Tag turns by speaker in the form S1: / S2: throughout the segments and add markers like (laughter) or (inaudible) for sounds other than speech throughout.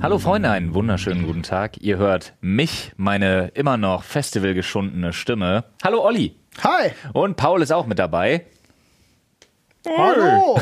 S1: Hallo Freunde, einen wunderschönen guten Tag. Ihr hört mich, meine immer noch festivalgeschundene Stimme. Hallo Olli.
S2: Hi.
S1: Und Paul ist auch mit dabei.
S2: Hallo.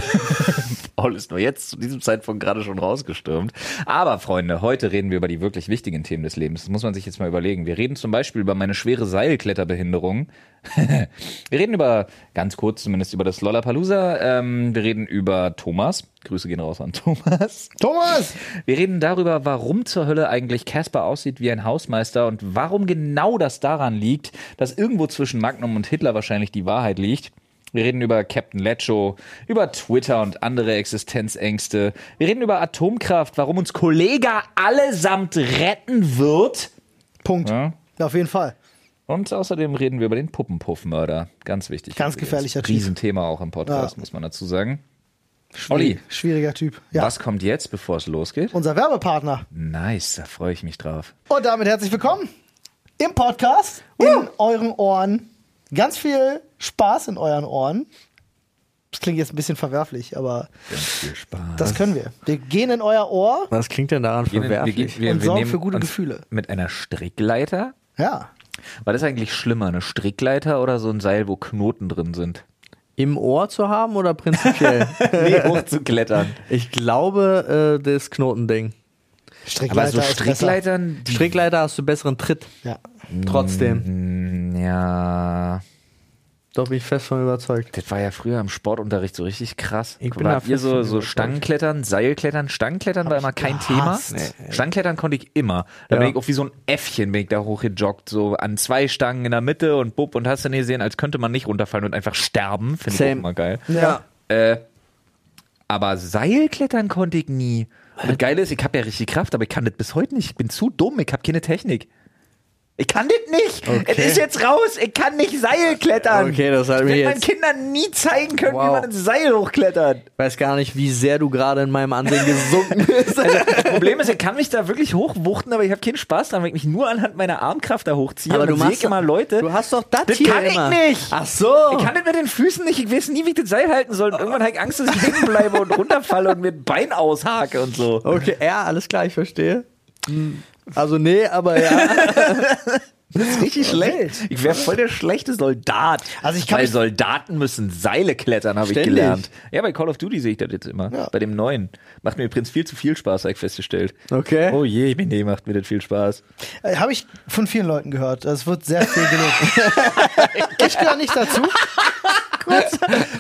S1: Paul ist nur jetzt zu diesem Zeitpunkt gerade schon rausgestürmt. Aber Freunde, heute reden wir über die wirklich wichtigen Themen des Lebens. Das muss man sich jetzt mal überlegen. Wir reden zum Beispiel über meine schwere Seilkletterbehinderung. (laughs) wir reden über, ganz kurz zumindest, über das Lollapalooza. Ähm, wir reden über Thomas. Grüße gehen raus an Thomas. (laughs)
S2: Thomas.
S1: Wir reden darüber, warum zur Hölle eigentlich Casper aussieht wie ein Hausmeister und warum genau das daran liegt, dass irgendwo zwischen Magnum und Hitler wahrscheinlich die Wahrheit liegt. Wir reden über Captain Lecho, über Twitter und andere Existenzängste. Wir reden über Atomkraft, warum uns Kollega allesamt retten wird.
S2: Punkt. Ja. Auf jeden Fall.
S1: Und außerdem reden wir über den Puppenpuffmörder. Ganz wichtig.
S2: Ganz gefährlicher
S1: Typ. Riesenthema auch im Podcast,
S2: Ja.
S1: muss man dazu sagen. Olli.
S2: Schwierig, Schwieriger Typ. Ja.
S1: Was kommt jetzt, bevor es losgeht?
S2: Unser Werbepartner.
S1: Nice, da freue ich mich drauf.
S2: Und damit herzlich willkommen im Podcast, in euren Ohren. Ganz viel Spaß in euren Ohren. Das klingt jetzt ein bisschen verwerflich, aber
S1: Ganz viel Spaß.
S2: das können wir. Wir gehen in euer Ohr.
S3: Was klingt denn daran
S1: Wir, wir,
S3: verwerflich?
S1: wir,
S2: Und
S1: wir
S2: sorgen
S1: nehmen
S2: für gute
S1: uns
S2: Gefühle.
S1: Mit einer Strickleiter?
S2: Ja.
S1: War das eigentlich schlimmer, eine Strickleiter oder so ein Seil, wo Knoten drin sind?
S3: Im Ohr zu haben
S1: (laughs)
S3: oder prinzipiell?
S2: (laughs)
S1: Nee, hochzuklettern.
S3: ich glaube, äh, das Knotending.
S2: Strickleiter.
S1: Aber so
S2: ist besser.
S1: Strickleitern, die,
S3: Strickleiter hast du besseren Tritt.
S2: Ja.
S1: Mhm.
S3: Trotzdem.
S1: ja,
S3: Da bin ich fest von überzeugt.
S1: das war ja früher im Sportunterricht so richtig krass.
S3: Ich bin da
S1: Wart ihr
S3: fest
S1: so,
S3: von
S1: so
S3: überzeugt.
S1: Stangenklettern, Seilklettern? Stangenklettern war immer kein Thema.
S2: gehasst.
S1: Stangenklettern konnte ich immer. Da
S3: Ja.
S1: bin ich auch wie so ein Äffchen, bin ich da hochgejoggt, so an zwei Stangen in der Mitte und bub und hast du nicht gesehen, als könnte man nicht runterfallen und einfach sterben. Finde ich
S3: Same.
S1: auch immer geil.
S3: Ja.
S1: Äh, aber Seilklettern konnte ich nie. Und das Geile ist, ich habe ja richtig Kraft, aber ich kann das bis heute nicht. Ich bin zu dumm, ich habe keine Technik. Ich kann das nicht. Es ist jetzt raus. Ich kann nicht Seil klettern.
S3: Okay, das hat
S1: ich
S3: mich
S1: werd meinen
S3: jetzt-
S1: Kindern nie zeigen können, wie
S3: Wow.
S1: man ins Seil
S3: (laughs)
S1: hochklettert.
S3: Ich weiß gar nicht, wie sehr du gerade in meinem Ansehen
S1: (laughs)
S3: gesunken bist. (laughs)
S1: Das Problem ist, ich kann mich da wirklich hochwuchten, aber ich habe keinen Spaß dran, wenn ich mich nur anhand meiner Armkraft da hochziehe. und dann seh ich
S3: doch-
S1: immer Leute.
S3: Du hast doch das,
S1: Das
S3: hier
S1: kann ich
S3: immer.
S1: nicht.
S3: Ach so.
S1: Ich kann das mit den Füßen nicht, ich weiß nie, wie ich das Seil halten soll. Und irgendwann habe ich Angst, dass ich hängen bleibe und runterfalle und mir ein Bein aushake und so.
S3: okay, ja, alles klar, ich verstehe.
S1: Mhm.
S3: Hm. Also nee, aber
S1: (laughs)
S3: ja.
S1: Richtig schlecht. Ich wäre voll der schlechte Soldat.
S2: Also ich kann
S1: Weil
S2: mich-
S1: Soldaten müssen Seile klettern, habe ich
S3: Ständig.
S1: gelernt. Ja, bei Call of Duty sehe ich das jetzt immer. Bei dem neuen. Macht mir übrigens viel zu viel Spaß, habe ich festgestellt.
S3: Okay.
S1: Oh je, nee, macht mir das viel Spaß.
S2: Äh, Habe ich von vielen Leuten gehört. Es wird sehr viel gelobt.
S1: (laughs)
S2: ich gehöre nicht dazu.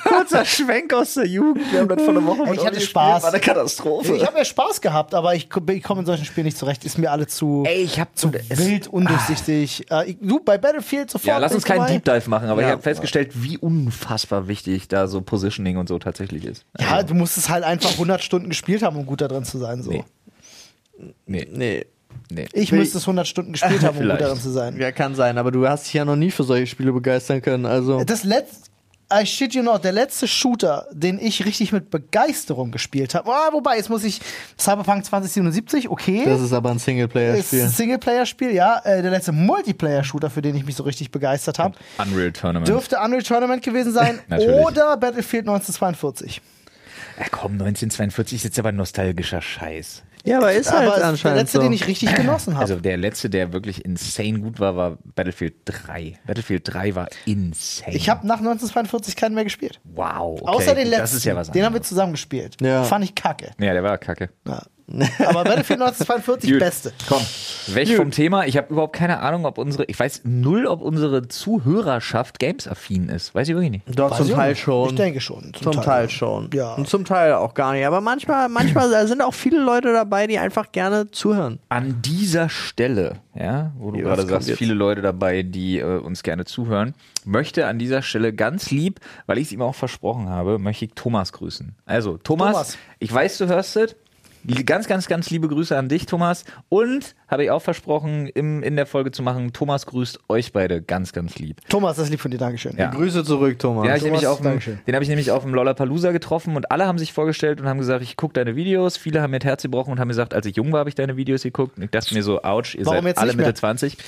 S1: Kurzer Schwenk aus der Jugend. Wir haben das vor einer Woche mit
S2: Ich hatte
S1: euch gespielt.
S2: Spaß.
S1: War eine Katastrophe.
S2: Ich habe ja Spaß gehabt, aber ich, ich komme in solchen Spielen nicht zurecht. Ist mir alle zu
S1: Ey, ich hab
S2: zu
S1: zu- es- Ah.
S2: wild, undurchsichtig. Äh, ich, du, bei Battlefield sofort.
S1: ja, lass uns keinen Deep
S2: Dieb
S1: Dive machen, aber
S3: Ja.
S1: ich habe festgestellt, wie unfassbar wichtig da so Positioning und so tatsächlich ist.
S2: Ja, du musst es halt einfach 100 Stunden gespielt haben, um gut da drin zu sein. So.
S1: Nee. Nee,
S3: Nee.
S1: nee.
S2: Ich
S3: Nee.
S2: müsste es 100 Stunden
S1: (laughs)
S2: gespielt haben, um gut
S1: Vielleicht.
S2: darin zu sein.
S3: Ja, kann sein, aber du hast dich ja noch nie für solche Spiele begeistern können. Also.
S2: Das letzte, I shit you not, der letzte Shooter, den ich richtig mit Begeisterung gespielt habe. Ah, wobei, jetzt muss ich Cyberpunk 2077, okay.
S3: Das ist aber ein
S2: ist ein
S3: Singleplayer-Spiel.
S2: Singleplayer-Spiel, ja. Äh, der letzte Multiplayer-Shooter, für den ich mich so richtig begeistert habe,
S1: Unreal Tournament.
S2: dürfte Unreal Tournament gewesen sein
S1: (laughs) Natürlich.
S2: oder Battlefield 1942.
S1: ja, komm, 1942 ist jetzt aber nostalgischer Scheiß.
S3: Ja, aber ist halt
S2: Aber es ist der
S3: anscheinend
S2: letzte,
S3: so.
S2: den ich richtig genossen habe.
S1: Also der letzte, der wirklich insane gut war, war Battlefield 3. Battlefield 3 war insane.
S2: ich habe nach 1942 keinen mehr gespielt.
S1: wow. Okay,
S2: Außer den
S1: gut,
S2: letzten.
S1: Das ist ja was
S2: den haben wir
S1: anderes.
S2: zusammen gespielt.
S3: Ja.
S2: Fand ich kacke.
S1: Ja, der war kacke.
S2: Ja. (laughs) Aber Battlefield 1942
S1: Gut.
S2: beste.
S1: Komm, weg vom Thema. Ich habe überhaupt keine Ahnung, ob unsere, ich weiß null, ob unsere Zuhörerschaft gamesaffin ist. Weiß ich wirklich nicht.
S3: Doch,
S2: Weiß
S3: zum
S2: Also, ich
S3: Teil
S2: nicht.
S3: schon.
S2: Ich denke schon.
S3: Zum Teil, schon.
S2: Ja.
S3: Und zum Teil auch gar nicht. Aber manchmal, manchmal
S2: (clears throat)
S3: da sind auch viele Leute dabei, die einfach gerne zuhören.
S1: An dieser Stelle, ja, wo du
S3: Hier,
S1: gerade
S3: was
S1: sagst,
S3: kommt jetzt?
S1: viele Leute dabei, die äh, uns gerne zuhören, möchte an dieser Stelle ganz lieb, weil ich es ihm auch versprochen habe, möchte ich Thomas grüßen. Also, Thomas,
S2: Thomas.
S1: ich weiß, du hörst es. Ganz, ganz, ganz liebe Grüße an dich, Thomas. Und habe ich auch versprochen, im, in der Folge zu machen, Thomas grüßt euch beide ganz, ganz lieb.
S2: Thomas, das ist lieb von dir, Dankeschön.
S1: Ja.
S3: Grüße zurück, Thomas.
S1: Den habe ich, nämlich auf dem-
S2: Dankeschön.
S1: den hab ich nämlich auf dem Lollapalooza getroffen und alle haben sich vorgestellt und haben gesagt, ich gucke deine Videos. Viele haben mir das Herz gebrochen und haben gesagt, als ich jung war, habe ich deine Videos geguckt. Und ich dachte mir so, ouch, ihr
S2: Warum
S1: seid
S2: jetzt
S1: alle
S2: nicht mehr?
S1: Mitte 20.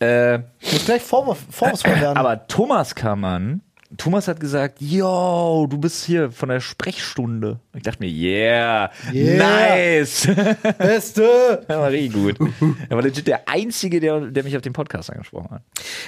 S1: Äh, (laughs)
S2: Ich muss gleich vorwurf, vorwurfsvoll werden.
S1: aber Thomas kam an Thomas hat gesagt, yo, du bist hier von der Sprechstunde. Ich dachte mir, yeah,
S2: Yeah.
S1: nice. (laughs) das
S2: Beste!
S1: war richtig gut. Er war legit der Einzige, der, der mich auf den Podcast angesprochen hat.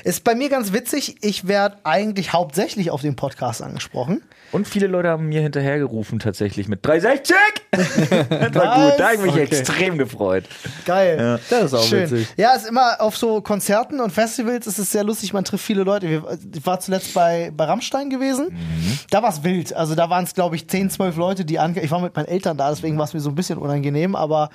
S2: Ist bei mir ganz witzig, ich werde eigentlich hauptsächlich auf den Podcast angesprochen.
S1: Und viele Leute haben mir hinterhergerufen tatsächlich mit 360. (laughs) das war
S2: Was?
S1: gut, da habe ich mich
S2: Okay.
S1: extrem gefreut.
S2: Geil.
S3: Das ist auch
S2: Schön.
S3: witzig.
S2: Ja, ist immer auf so Konzerten und Festivals ist es sehr lustig, man trifft viele Leute. Wir- Ich war zuletzt bei, bei Rammstein gewesen. Da war es wild. Also da waren es, glaube ich, 10, 12 Leute, die an. Ich war mit meinen Eltern da, deswegen war es mir so ein bisschen unangenehm, aber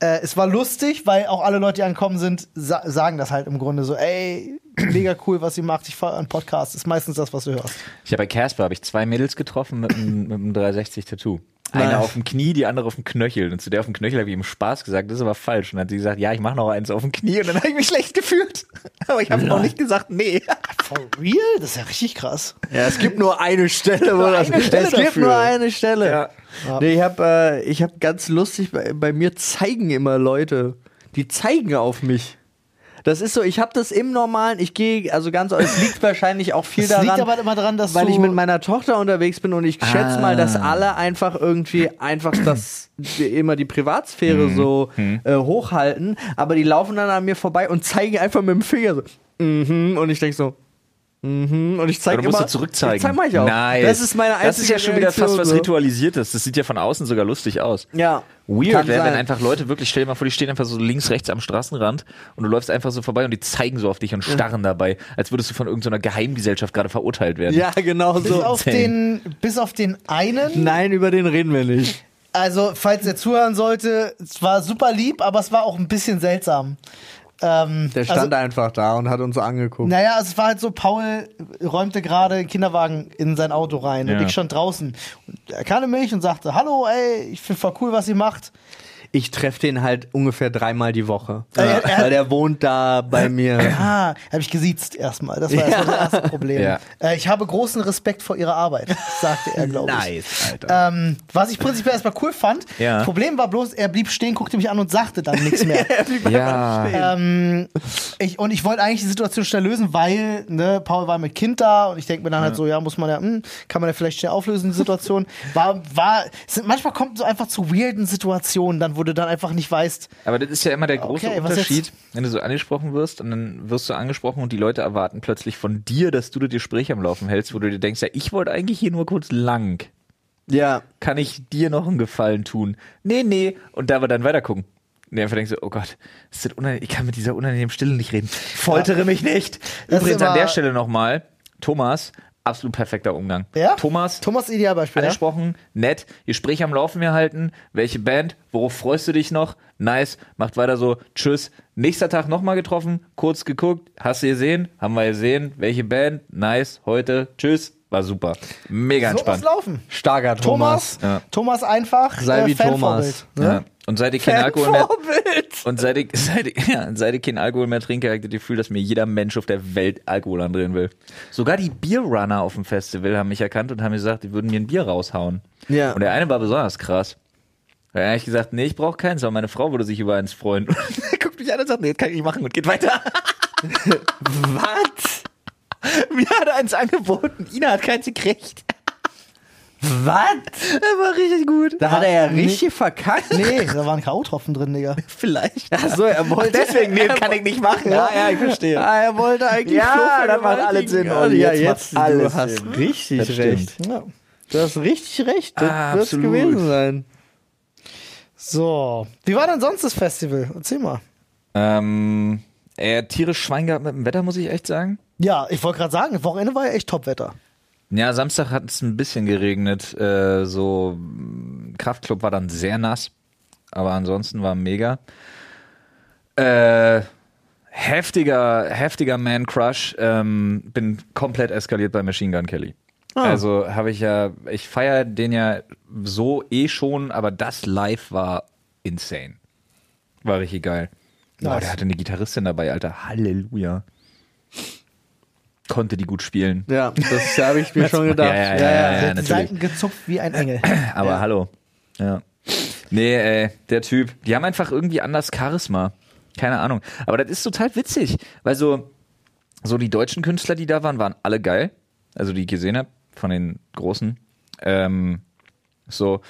S2: äh, es war lustig, weil auch alle Leute, die angekommen sind, sa sagen das halt im Grunde so, ey, (clears throat) mega cool, was ihr macht. Ich fahre einen Podcast. Ist meistens das, was du hörst.
S1: Ich habe bei Casper habe ich zwei Mädels getroffen mit einem, mit einem 360 Tattoo. Eine
S2: Nice.
S1: auf dem Knie, die andere auf dem Knöchel. Und zu der auf dem Knöchel habe ich ihm Spaß gesagt, das ist aber falsch. Und dann hat sie gesagt, ja, ich mache noch eins auf dem Knie. Und dann habe ich mich schlecht gefühlt. (laughs) Aber ich habe noch nicht gesagt, nee.
S2: For real? Das ist ja richtig krass.
S3: Ja, es gibt nur eine Stelle, wo
S1: nur
S3: das.
S1: eine Stelle
S3: es gibt
S1: dafür.
S3: nur eine Stelle.
S1: Ja.
S3: Nee, ich habe äh, ich hab ganz lustig, bei, bei mir zeigen immer Leute, die zeigen auf mich. Das ist so, ich habe das im Normalen, ich gehe, also ganz, es liegt wahrscheinlich auch viel
S2: Es
S3: daran,
S2: liegt aber immer daran, dass
S3: weil
S2: du
S3: ich mit meiner Tochter unterwegs bin und ich schätze mal, dass
S1: Ah.
S3: alle einfach irgendwie einfach das die- immer die Privatsphäre
S1: Mhm.
S3: so äh, hochhalten, aber die laufen dann an mir vorbei und zeigen einfach mit dem Finger so, mhm, und ich denke so, mhm, und ich zeige
S1: Aber du musst
S3: immer,
S1: so zurückzeigen.
S3: Ich zeig mal ich auch.
S1: Nice.
S3: Das ist meine einzige
S1: Das ist ja schon wieder fast
S3: Reaktion,
S1: was
S3: so.
S1: Ritualisiertes. Das sieht ja von außen sogar lustig aus.
S3: Ja.
S1: Weird
S3: Kann
S1: wäre, wenn
S3: sein.
S1: einfach Leute wirklich, stell dir mal vor, die stehen einfach so links, rechts am Straßenrand und du läufst einfach so vorbei und die zeigen so auf dich und starren dabei, als würdest du von irgendeiner Geheimgesellschaft gerade verurteilt werden. (laughs)
S3: Ja, genau
S2: bis
S3: so.
S2: auf, den, bis auf den einen
S3: Nein, über den reden wir nicht.
S2: Also, falls ihr zuhören sollte, es war super lieb, aber es war auch ein bisschen seltsam. Ähm,
S3: Der stand
S2: also,
S3: einfach da und hat uns angeguckt.
S2: Naja, also es war halt so, Paul räumte gerade einen Kinderwagen in sein Auto rein und
S1: Ja.
S2: ich stand draußen. Und er erkannte mich und sagte, hallo, ey, ich finde voll cool, was ihr macht.
S3: Ich treffe den halt ungefähr dreimal die Woche.
S2: Ja.
S3: Ja. Weil der wohnt da bei (clears throat) mir.
S2: Ah, habe ich gesiezt erstmal. Das war erstmal das erste Problem.
S1: Ja.
S2: Äh, ich habe großen Respekt vor ihrer Arbeit, sagte er, glaube ich.
S1: Nice, Alter.
S2: Ähm, was ich prinzipiell erstmal cool fand.
S1: Ja.
S2: Problem war bloß, er blieb stehen, guckte mich an und sagte dann nichts mehr.
S1: Ja,
S2: Ich, und ich wollte eigentlich die Situation schnell lösen, weil ne, Paul war mit Kind da und ich denke mir dann halt so, ja, muss man ja, hm, kann man ja vielleicht schnell auflösen, die Situation. War, war, sind, manchmal kommt so einfach zu weirden Situationen, dann wo du dann einfach nicht weißt,
S1: aber das ist ja immer der große
S2: Okay, was
S1: Unterschied, wenn du so angesprochen wirst und dann wirst du angesprochen und die Leute erwarten plötzlich von dir, dass du das Gespräch am Laufen hältst, wo du dir denkst, ja, ich wollte eigentlich hier nur kurz lang.
S3: Ja.
S1: Kann ich dir noch einen Gefallen tun? Nee, nee. Und da wir dann weiter gucken. Nee, einfach denkst du, oh Gott, ist das unangenehm, ich kann mit dieser unangenehmen Stille nicht reden. Foltere mich nicht.
S2: Das ist
S1: Übrigens an
S2: immer-
S1: der Stelle nochmal, Thomas, absolut perfekter Umgang.
S2: ja?
S1: Thomas,
S2: Thomas Idealbeispiel. Ja?
S1: angesprochen, nett, Gespräch am Laufen erhalten, welche Band, worauf freust du dich noch? Nice, macht weiter so, tschüss. Nächster Tag nochmal getroffen, kurz geguckt, hast du gesehen, haben wir gesehen, welche Band, nice, heute, tschüss, war super. Mega
S2: So muss
S1: entspannt.
S2: laufen.
S3: Starker Thomas.
S1: (laughs)
S2: Thomas,
S1: Ja.
S2: Thomas einfach, äh,
S3: Sei wie
S2: Fanvorbild. ne?
S3: Thomas.
S1: Ja. Und seit ich keinen Alkohol mehr und seit ich, (laughs) seit ich, ja, und seit ich keinen Alkohol mehr trinke, habe ich das Gefühl, dass mir jeder Mensch auf der Welt Alkohol andrehen will. Sogar die Bierrunner auf dem Festival haben mich erkannt und haben gesagt, die würden mir ein Bier raushauen.
S3: Ja.
S1: Und der eine war besonders krass. Da habe ich gesagt, nee, ich brauche keins, aber meine Frau würde sich über eins freuen. (laughs) Und er guckt mich an und sagt, nee, das kann ich nicht machen und geht weiter.
S3: (laughs) Was?
S1: Mir hat er eins angeboten, Ina hat keins gekriegt.
S3: Was?
S1: Das war richtig gut.
S3: Da hat er ja richtig verkackt.
S2: Nee, da waren K.O.-Tropfen drin, Digga.
S1: Vielleicht.
S3: Achso, er wollte.
S1: Deswegen, nee, das kann ich nicht machen.
S3: Ja, ja, ich verstehe. Ah, er wollte eigentlich
S1: Ja,
S3: Flo
S1: dann macht
S3: vergewaltigen.
S1: alles Sinn,
S3: Ja,
S1: Olli,
S3: Ja,
S1: jetzt
S3: jetzt,
S1: macht alles
S3: du hast
S1: Sinn.
S3: richtig
S1: Das stimmt.
S3: recht.
S2: Ja.
S3: Du hast richtig recht. Das
S1: Ah,
S3: wird's
S1: absolut.
S3: gewesen sein.
S2: So. Wie war denn sonst das Festival? Erzähl mal.
S1: Ähm, er hat tierisch Schwein gehabt mit dem Wetter, muss ich echt sagen.
S2: Ja, ich wollte gerade sagen, Wochenende war ja echt Topwetter.
S1: Ja, Samstag hat es ein bisschen geregnet. Äh, so mm, Kraftclub war dann sehr nass, aber ansonsten war mega. Äh, heftiger, heftiger Man Crush. Ähm, bin komplett eskaliert bei Machine Gun Kelly. Also habe ich ja, ich feiere den ja so eh schon, aber das live war insane. War richtig geil. Boah,
S2: Nice.
S1: der hatte eine Gitarristin dabei, Alter. Halleluja. Konnte die gut spielen.
S3: Ja, das habe ich mir schon gedacht.
S1: Ja, ja, ja, ja, ja,
S2: Der hat die
S1: natürlich.
S2: Seiten gezupft wie ein Engel.
S1: (clears throat) Aber hallo. Ja. Nee, ey, der Typ. Die haben einfach irgendwie anders Charisma. Keine Ahnung. Aber das ist total witzig, weil so, so die deutschen Künstler, die da waren, waren alle geil. also die ich gesehen habe, von den Großen, ähm, so,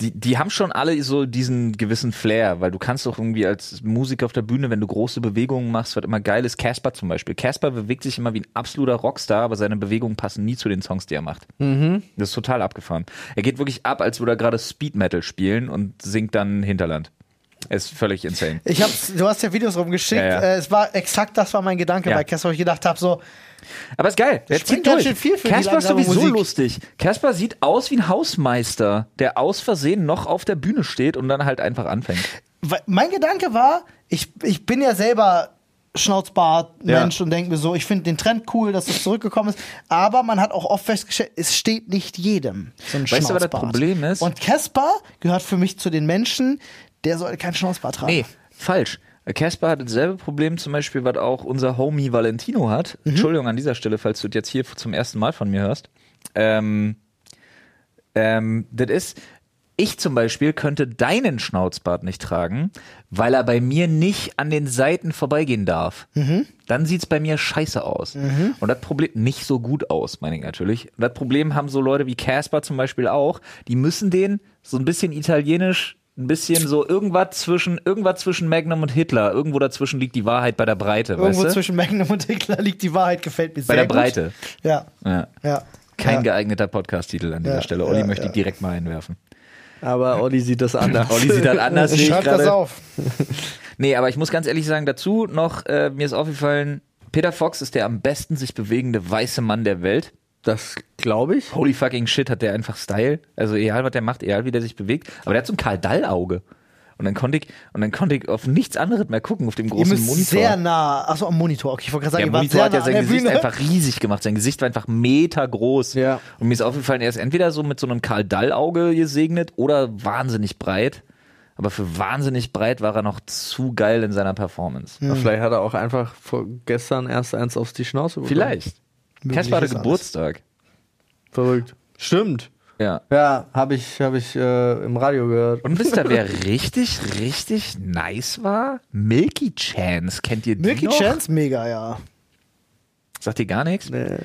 S1: die, die haben schon alle so diesen gewissen Flair, weil du kannst doch irgendwie als Musiker auf der Bühne, wenn du große Bewegungen machst, was immer geil ist, Casper zum Beispiel. Casper bewegt sich immer wie ein absoluter Rockstar, aber seine Bewegungen passen nie zu den Songs, die er macht. Das ist total abgefahren. Er geht wirklich ab, als würde er gerade Speed Metal spielen und singt dann Hinterland. Er ist völlig insane.
S2: Ich hab's, du hast ja Videos rumgeschickt.
S1: Ja, ja.
S2: Äh, es war exakt das war mein Gedanke
S1: Ja.
S2: bei Casper, wo ich gedacht habe, so,
S1: Aber ist geil. Der
S2: Springt
S1: zieht
S2: ganz
S1: durch.
S2: schön viel für die
S1: Casper ist
S2: langsame
S1: sowieso
S2: Musik.
S1: lustig. Casper sieht aus wie ein Hausmeister, der aus Versehen noch auf der Bühne steht und dann halt einfach anfängt.
S2: weil- mein Gedanke war, ich, ich bin ja selber Schnauzbart-Mensch
S1: Ja.
S2: und denke mir so, ich finde den Trend cool, dass es zurückgekommen ist. Aber man hat auch oft festgestellt, es steht nicht jedem so ein
S1: Weißt du, was das
S2: Schnauzbart.
S1: Problem ist?
S2: Und Casper gehört für mich zu den Menschen, der soll keinen Schnauzbart tragen.
S1: Nee, falsch. Casper hat dasselbe Problem zum Beispiel, was auch unser Homie Valentino hat.
S2: Mhm.
S1: Entschuldigung an dieser Stelle, falls du das jetzt hier zum ersten Mal von mir hörst. Ähm, ähm, das ist, ich zum Beispiel könnte deinen Schnauzbart nicht tragen, weil er bei mir nicht an den Seiten vorbeigehen darf.
S2: Mhm.
S1: Dann sieht's bei mir scheiße aus. Und das Problem, nicht so gut aus, meine ich natürlich. Das Problem haben so Leute wie Casper zum Beispiel auch, die müssen den so ein bisschen italienisch, ein bisschen so irgendwas zwischen, irgendwas zwischen Magnum und Hitler, irgendwo dazwischen liegt die Wahrheit bei der Breite,
S2: Irgendwo
S1: weißt du?
S2: zwischen Magnum und Hitler liegt die Wahrheit, gefällt mir
S1: Bei
S2: sehr
S1: der
S2: gut.
S1: Breite.
S2: Ja.
S1: Ja.
S2: ja.
S1: Kein
S2: ja.
S1: geeigneter Podcast-Titel an dieser
S2: Ja,
S1: Stelle. Olli
S2: ja,
S1: möchte
S2: ja.
S1: ich direkt mal einwerfen.
S3: Aber Olli
S1: (laughs)
S3: sieht das anders.
S1: Olli sieht halt das
S2: (laughs)
S1: anders. sehe ich
S2: Schreibt das
S1: gerade.
S2: auf.
S1: Nee, aber ich muss ganz ehrlich sagen, dazu noch, äh, mir ist aufgefallen, Peter Fox ist der am besten sich bewegende weiße Mann der Welt.
S3: das glaube ich.
S1: Holy fucking shit, hat der einfach Style. Also egal, was der macht, egal wie der sich bewegt. Aber der hat so ein Karl-Dall-Auge. Und dann konnte ich, und dann konnte ich auf nichts anderes mehr gucken, auf dem
S2: Ihr
S1: großen
S2: müsst
S1: Monitor.
S2: sehr nah. Achso, am Monitor. Okay, ich wollte gerade sagen,
S1: der
S2: ihr wart
S1: Monitor
S2: sehr
S1: hat ja
S2: nah an
S1: sein
S2: der
S1: Gesicht
S2: Bühne.
S1: einfach riesig gemacht. Sein Gesicht war einfach metergroß.
S3: Ja.
S1: Und mir ist aufgefallen, er ist entweder so mit so einem Karl-Dall-Auge gesegnet oder wahnsinnig breit. Aber für wahnsinnig breit war er noch zu geil in seiner Performance.
S3: Na, Vielleicht hat er auch einfach vor gestern erst eins auf die Schnauze bekommen.
S1: Vielleicht.
S2: Möglich
S1: Caspar hatte
S2: ist alles.
S1: Geburtstag.
S3: Verrückt. Stimmt.
S1: Ja.
S3: Ja, habe ich, hab ich äh, im Radio gehört.
S1: Und wisst ihr,
S2: (laughs)
S1: wer richtig, richtig nice war? Milky Chance. Kennt ihr die
S2: Milky
S1: noch?
S2: Chance, mega, ja.
S1: Sagt ihr gar nichts?
S3: Nee.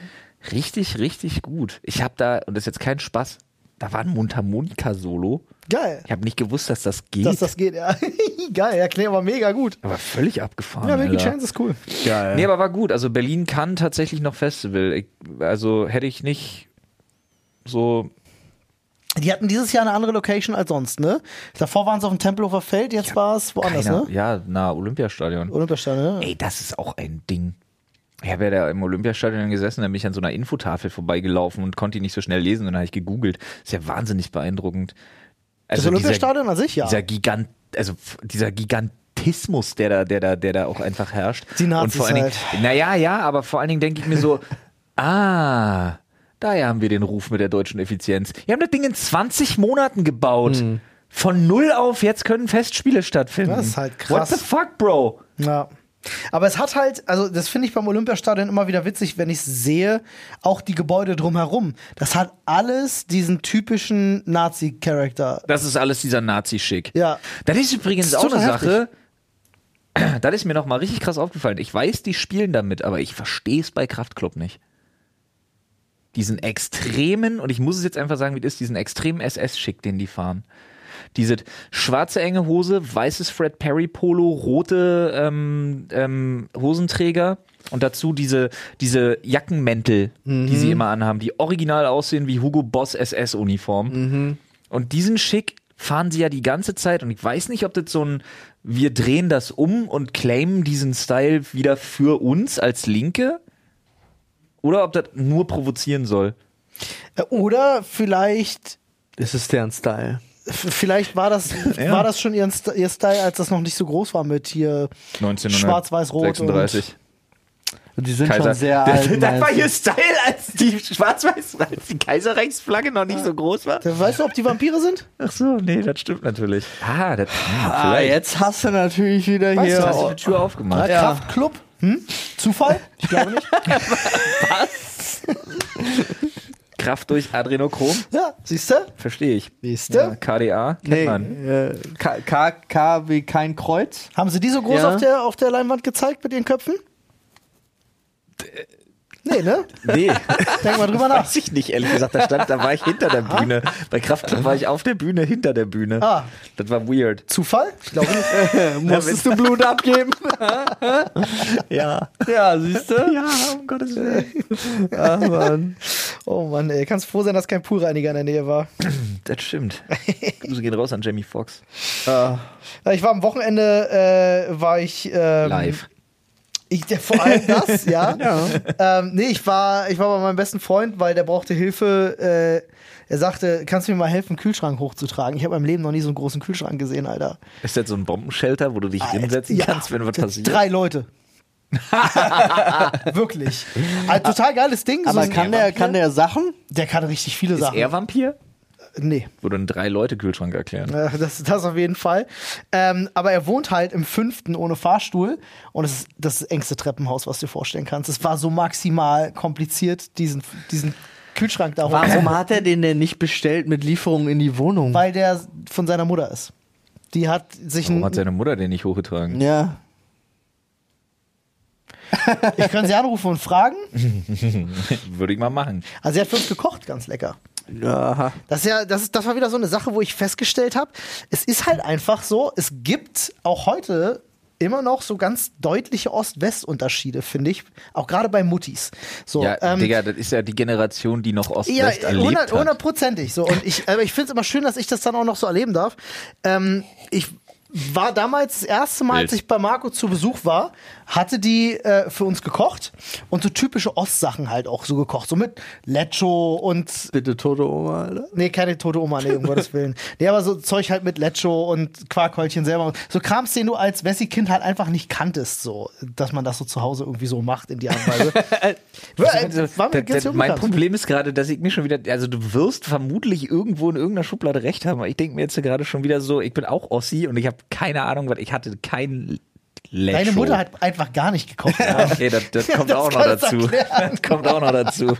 S1: Richtig, richtig gut. Ich habe da, und das ist jetzt kein Spaß, da war ein Mundharmonika-Solo.
S2: Geil.
S1: Ich habe nicht gewusst, dass das geht.
S2: Dass das geht, ja. (laughs) Geil, ja, klingt aber mega gut.
S1: aber völlig abgefahren.
S2: Ja, Milky
S1: Alter.
S2: Chance ist cool.
S3: Geil.
S1: Nee, aber war gut. Also Berlin kann tatsächlich noch Festival. Ich, also hätte ich nicht so
S2: Die hatten dieses Jahr eine andere Location als sonst, ne? Davor waren es auf dem Tempelhofer Feld, jetzt war es woanders,
S1: keiner,
S2: ne?
S1: ja, na, Olympiastadion.
S2: Olympiastadion, ne?
S1: Ey, das ist auch ein Ding. Ich habe ja da im Olympiastadion gesessen, da bin ich an so einer Infotafel vorbeigelaufen und konnte die nicht so schnell lesen und dann habe ich gegoogelt. Ist ja wahnsinnig beeindruckend.
S2: Das
S1: Also
S2: Olympiastadion an sich, ja.
S1: Dieser, dieser Gigant, also f- dieser Gigantismus, der da, der da, der da auch einfach herrscht.
S2: Die Nazis
S1: und vor allen Dingen,
S2: halt.
S1: naja, ja, aber vor allen Dingen denke ich mir
S2: (laughs)
S1: so, ah, daher haben wir den Ruf mit der deutschen Effizienz. Wir haben das Ding in 20 Monaten gebaut. Von null auf jetzt können Festspiele stattfinden.
S2: Hm. Das ist halt krass.
S1: What the fuck, Bro?
S2: Ja. Aber es hat halt, also das finde ich beim Olympiastadion immer wieder witzig, wenn ich sehe, auch die Gebäude drumherum. Das hat alles diesen typischen Nazi-Charakter.
S1: Das ist alles dieser Nazi-Schick.
S2: Ja.
S1: Das ist übrigens
S2: Das ist
S1: auch eine
S2: total
S1: Sache. (clears throat) Das ist mir nochmal richtig krass aufgefallen. Ich weiß, die spielen damit, aber ich verstehe es bei Kraftklub nicht. Diesen extremen, und ich muss es jetzt einfach sagen, wie es ist, diesen extremen SS-Schick, den die fahren. Diese schwarze enge Hose, weißes Fred Perry Polo, rote ähm, ähm, Hosenträger und dazu diese, diese Jackenmäntel, die
S2: Mhm.
S1: sie immer anhaben, die original aussehen wie Hugo Boss SS-Uniform.
S2: Mhm.
S1: Und diesen Schick fahren sie ja die ganze Zeit und ich weiß nicht, ob das so ein wir drehen das um und claimen diesen Style wieder für uns als Linke oder ob das nur provozieren soll.
S2: Oder vielleicht,
S3: Es ist deren Style.
S2: f- vielleicht war das, war das schon ihren St- ihr Style, als das noch nicht so groß war mit hier Schwarz-Weiß-Rot. und-
S3: Und die sind
S1: Kaiser.
S3: schon
S1: (laughs)
S3: sehr
S1: Das-
S3: alt.
S1: das war
S3: meinst
S1: hier Style, als die schwarz-weiß, als die Kaiserreichsflagge noch nicht so groß war.
S2: Weißt du, ob die Vampire sind?
S1: Ach so, nee, das stimmt natürlich. Ah, das, hm,
S3: du? ah,
S1: vielleicht.
S3: jetzt hast du natürlich wieder
S2: Was?
S1: Jetzt hast du
S3: hier.
S1: die Tür aufgemacht.
S3: Ja.
S2: Kraftclub? Hm? Zufall? Ich glaube nicht.
S3: (laughs)
S1: Kraft durch Adrenochrom,
S2: ja, siehst du?
S1: verstehe ich.
S2: Siehst du?
S1: Ja, KDA, kennt
S3: Nee,
S1: man.
S3: äh, K, K, K wie kein Kreuz.
S2: Haben sie die so groß
S3: Ja.
S2: auf, der, auf der Leinwand gezeigt mit ihren Köpfen? Nee, ne?
S1: Nee. (laughs)
S2: Denk mal drüber nach.
S1: Weiß ich nicht, ehrlich gesagt. Da stand, da war ich hinter der Bühne. Bei Kraftklub war ich auf der Bühne, hinter der Bühne.
S2: Ah.
S1: Das war weird.
S2: Zufall? Ich glaube nicht.
S3: Musstest du Blut abgeben?
S1: Ja.
S3: ja, siehst du?
S1: Ja, um Gottes Willen.
S3: Ach, Mann.
S2: Oh Mann, ey. Kannst froh sein, dass kein Poolreiniger in der Nähe war.
S1: Das stimmt. Grüße gehen raus an Jamie Foxx.
S3: Ah.
S2: Ich war am Wochenende, äh, war ich. Ähm,
S1: Live.
S2: Ich, ja, vor allem
S3: (laughs)
S2: das, ja.
S3: Ja.
S2: Ähm, nee, ich war, ich war bei meinem besten Freund, weil der brauchte Hilfe. Äh, er sagte, kannst du mir mal helfen, einen Kühlschrank hochzutragen? Ich habe im Leben noch nie so einen großen Kühlschrank gesehen, Alter.
S1: Ist das so ein Bombenshelter, wo du dich hinsetzen
S2: Ja,
S1: kannst, wenn was passiert?
S2: Drei Leute. (laughs) Wirklich. Ein total geiles Ding.
S3: Aber
S2: ein-
S3: kann der, kann der Sachen?
S2: der kann richtig viele
S1: Ist
S2: Sachen.
S1: er Vampir?
S2: nee.
S1: Wo du einen Drei-Leute-Kühlschrank erklären.
S2: Äh, Das, das auf jeden Fall. Ähm, aber er wohnt halt im fünften ohne Fahrstuhl und es ist das, ist das engste Treppenhaus, was du dir vorstellen kannst. Es war so maximal kompliziert, diesen, diesen Kühlschrank da hoch.
S3: Warum hat er den denn nicht bestellt mit Lieferung in die Wohnung?
S2: Weil der von seiner Mutter ist. Die hat sich
S1: Warum hat
S2: ein,
S1: seine Mutter den nicht
S2: (laughs)
S1: hochgetragen?
S3: Ja.
S2: Ich kann sie anrufen und fragen.
S1: Würde ich mal machen.
S2: Also sie hat für uns gekocht, ganz lecker.
S3: Aha.
S2: Das, ist ja, das, ist, das war wieder so eine Sache, wo ich festgestellt habe, es ist halt einfach so, es gibt auch heute immer noch so ganz deutliche Ost-West-Unterschiede, finde ich. Auch gerade bei Muttis. So,
S1: ja,
S2: ähm,
S1: Digga, das ist ja die Generation, die noch
S2: Ja,
S1: Ost-West erlebt
S2: hundert-
S1: hat.
S2: hundertprozentig. So. Und ich, aber ich finde es immer schön, dass ich das dann auch noch so erleben darf. Ähm, ich war damals das erste Mal, als
S1: Wild.
S2: ich bei Marco zu Besuch war, hatte die äh, für uns gekocht und so typische Ostsachen halt auch so gekocht. So mit Lecho und
S3: Bitte tote Oma, Alter.
S2: Nee, keine tote Oma,
S1: (laughs)
S2: nee, um Gottes Willen. Nee, aber so Zeug halt mit Lecho und Quarkhäulchen selber. So Krams, den du als Wessi-Kind halt einfach nicht kanntest, so. Dass man das so zu Hause irgendwie so macht in die Art
S1: (laughs)
S2: und Weise. äh,
S1: Also,
S2: War mir
S1: das,
S2: ganz
S1: das, mein
S2: unbekannt.
S1: Problem ist gerade, dass ich mir schon wieder, also du wirst vermutlich irgendwo in irgendeiner Schublade recht haben, aber ich denke mir jetzt gerade schon wieder so, ich bin auch Ossi und ich habe keine Ahnung, weil ich hatte kein Lecho. Ah,
S2: Deine Mutter hat einfach gar nicht
S1: (laughs)
S2: gekocht. (laughs) Ja.
S1: Okay, das, das kommt
S2: das
S1: auch noch
S2: kann's
S1: dazu.
S2: erklären.
S1: Das kommt auch noch
S2: (laughs)
S1: dazu.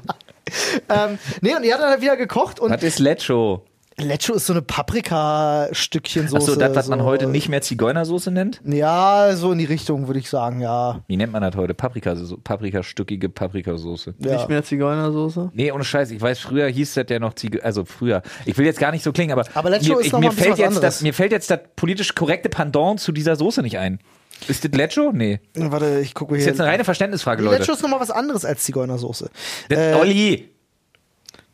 S2: ähm, nee, und die hat dann halt wieder gekocht und
S1: Was ist Lecho?
S2: Lecho ist so eine Paprikastückchensoße.
S1: Achso, das, was
S2: so.
S1: man heute nicht mehr Zigeunersoße nennt?
S2: Ja, so in die Richtung, würde ich sagen, ja.
S1: Wie nennt man das heute? Paprikasoße, Paprikastückige Paprikasoße.
S2: ja.
S3: Nicht mehr Zigeunersoße?
S1: Nee, ohne Scheiß, ich weiß, früher hieß das ja noch Ziege, also früher. Ich will jetzt gar nicht so klingen, aber,
S2: Aber Lecho
S1: mir,
S2: ist
S1: ich,
S2: noch mal
S1: mir,
S2: ein bisschen
S1: fällt
S2: was
S1: jetzt
S2: anderes.
S1: das, mir fällt jetzt das politisch korrekte Pendant zu dieser Soße nicht ein. Ist das Lecho? Nee.
S2: Warte, ich gucke
S1: Ist
S2: hier.
S1: jetzt eine reine Verständnisfrage,
S2: Lecho
S1: Leute.
S2: ist nochmal was anderes als Zigeunersoße.
S1: Das,
S2: Äh,
S1: Olli!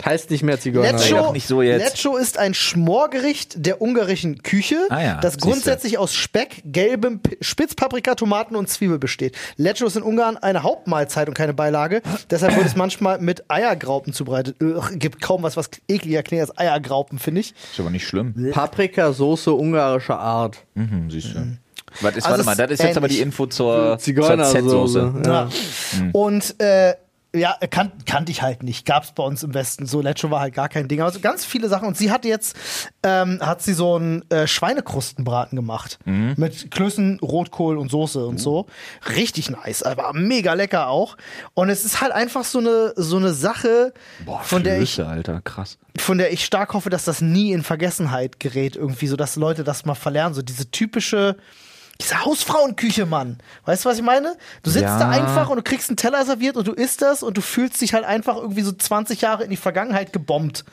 S3: Heißt nicht mehr
S1: Sei
S2: Lecho,
S1: doch nicht so jetzt.
S2: Lecho ist ein Schmorgericht der ungarischen Küche,
S1: Ah ja,
S2: das
S1: siehste.
S2: grundsätzlich aus Speck, gelbem P- Spitzpaprika, Tomaten und Zwiebel besteht. Lecho ist in Ungarn eine Hauptmahlzeit und keine Beilage. Deshalb wird es manchmal mit Eiergraupen zubereitet. Ugh, gibt kaum was, was ekliger klingt als Eiergraupen, finde ich.
S1: Ist aber nicht schlimm.
S3: Paprikasoße ungarischer Art.
S1: Mhm, siehst du. Was ist, warte
S2: Also
S1: mal,
S2: es
S1: das ist jetzt aber die
S2: ähnlich.
S1: Info zur, zur Z-Soße.
S3: Zigeunersoße. Ja.
S2: Und äh, ja, kan kannte ich halt nicht. Gab's bei uns im Westen. So Lecho war halt gar kein Ding. Also ganz viele Sachen. Und sie hat jetzt, ähm, hat sie so einen äh, Schweinekrustenbraten gemacht. Mit Klößen, Rotkohl und Soße und so. Richtig nice, aber mega lecker auch. Und es ist halt einfach so eine, so eine Sache,
S1: Boah,
S2: von der ich
S1: Flöße, Alter, krass.
S2: von der ich stark hoffe, dass das nie in Vergessenheit gerät, irgendwie, so dass Leute das mal verlernen. So diese typische, diese Hausfrauenküche, Mann. Weißt du, was ich meine? Du sitzt
S1: Ja.
S2: da einfach und du kriegst einen Teller serviert und du isst das und du fühlst dich halt einfach irgendwie so 20 Jahre in die Vergangenheit gebombt.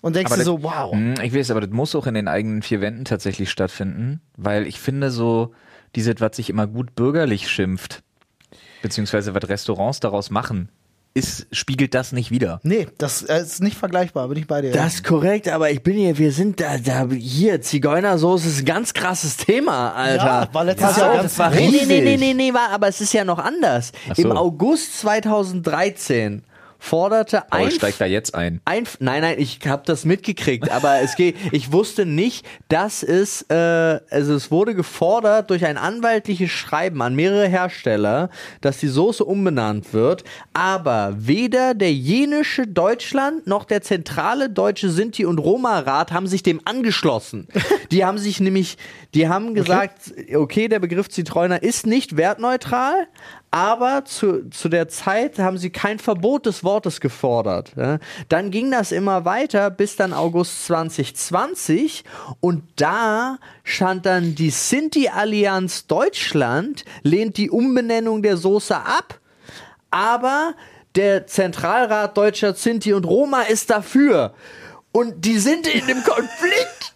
S2: Und denkst
S1: Aber
S2: dir
S1: das-
S2: so, wow.
S1: Hm, Ich weiß, aber das muss auch in den eigenen vier Wänden tatsächlich stattfinden, weil ich finde so, dieses, was sich immer gut bürgerlich schimpft, beziehungsweise was Restaurants daraus machen, ist, spiegelt das nicht wieder.
S2: Nee, das äh, ist nicht vergleichbar, bin ich bei dir.
S3: Das ist korrekt, aber ich bin hier, wir sind da, da hier, Zigeunersoße ist ein ganz krasses Thema, Alter.
S2: Ja, war letztes Jahr ganz
S3: das war
S2: riesig.
S3: Nee, nee, nee, nee, nee, war, aber es ist ja noch anders.
S1: Ach so.
S3: Im August 2013 forderte
S1: Paul
S3: ein
S1: steigt da jetzt ein.
S3: Einf nein, nein, ich habe das mitgekriegt, aber es geht. Ich wusste nicht, dass es, äh, also es wurde gefordert durch ein anwaltliches Schreiben an mehrere Hersteller, dass die Soße umbenannt wird. Aber weder der jenische Deutschland noch der zentrale deutsche Sinti und Roma Rat haben sich dem angeschlossen. Die haben sich nämlich, die haben gesagt, okay, der Begriff Zitreuner ist nicht wertneutral, aber zu, zu der Zeit haben sie kein Verbot des Wortes gefordert. Ja. Dann ging das immer weiter bis dann August 2020 und da stand dann die Sinti-Allianz Deutschland lehnt die Umbenennung der Soße ab, aber der Zentralrat Deutscher Sinti und Roma ist dafür. Und die sind in dem Konflikt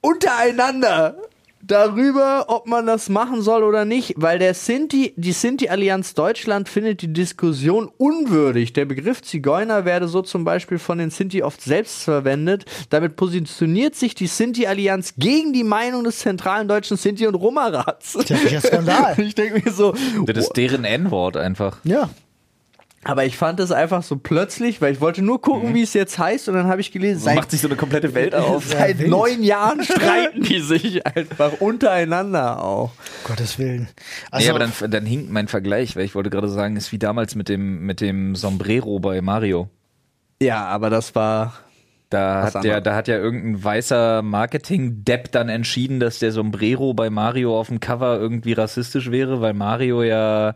S3: untereinander darüber, ob man das machen soll oder nicht, weil der Sinti, die Sinti-Allianz Deutschland findet die Diskussion unwürdig. Der Begriff Zigeuner werde so zum Beispiel von den Sinti oft selbst verwendet. Damit positioniert sich die Sinti-Allianz gegen die Meinung des zentralen deutschen Sinti- und Roma-Rats.
S2: Das ist ja Skandal.
S3: (laughs) Ich denke mir so,
S1: Das ist deren N-Wort
S2: (laughs)
S1: einfach.
S2: ja.
S3: aber ich fand es einfach so plötzlich, weil ich wollte nur gucken, wie es jetzt heißt und dann habe ich gelesen, seit,
S1: Mhm. Macht sich so eine komplette Welt auf.
S3: (laughs) seit
S2: wild.
S3: neun Jahren streiten die sich einfach untereinander auch.
S2: Um Gottes Willen.
S1: Nee,
S2: Also,
S1: aber dann, dann hinkt mein Vergleich, weil ich wollte gerade sagen, ist wie damals mit dem, mit dem Sombrero bei Mario.
S3: Ja, aber das war
S1: Da
S3: Was
S1: hat, der,
S3: anderes.
S1: da hat ja irgendein weißer Marketing-Depp dann entschieden, dass der Sombrero bei Mario auf dem Cover irgendwie rassistisch wäre, weil Mario ja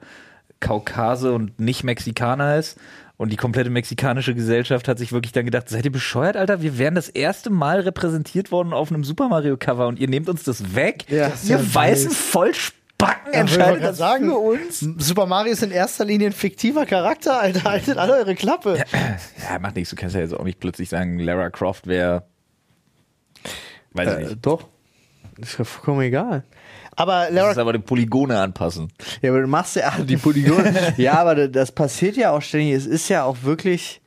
S1: Kaukase und nicht Mexikaner ist. Und die komplette mexikanische Gesellschaft hat sich wirklich dann gedacht, seid ihr bescheuert, Alter? Wir wären das erste Mal repräsentiert worden auf einem Super Mario-Cover und ihr nehmt uns das weg?
S2: Ja, das ist
S1: ihr
S2: ja
S1: weißen
S2: wild.
S1: Vollspacken
S2: Ja, wollte ich
S1: entscheidet
S2: grad
S1: das
S2: sagen.
S1: für uns?
S2: Super Mario ist in erster Linie ein fiktiver Charakter, Alter. Haltet alle eure Klappe.
S1: Ja, macht nichts. Du kannst ja jetzt auch nicht plötzlich sagen, Lara Croft wäre. Weiß ich
S3: äh,
S1: nicht.
S3: doch. Ist ja vollkommen egal.
S2: Aber
S1: Das
S2: Lara
S1: ist aber die Polygone anpassen.
S3: Ja, aber du machst ja ah, die Polygone. ja, aber da- das passiert ja auch ständig. Es ist ja auch wirklich.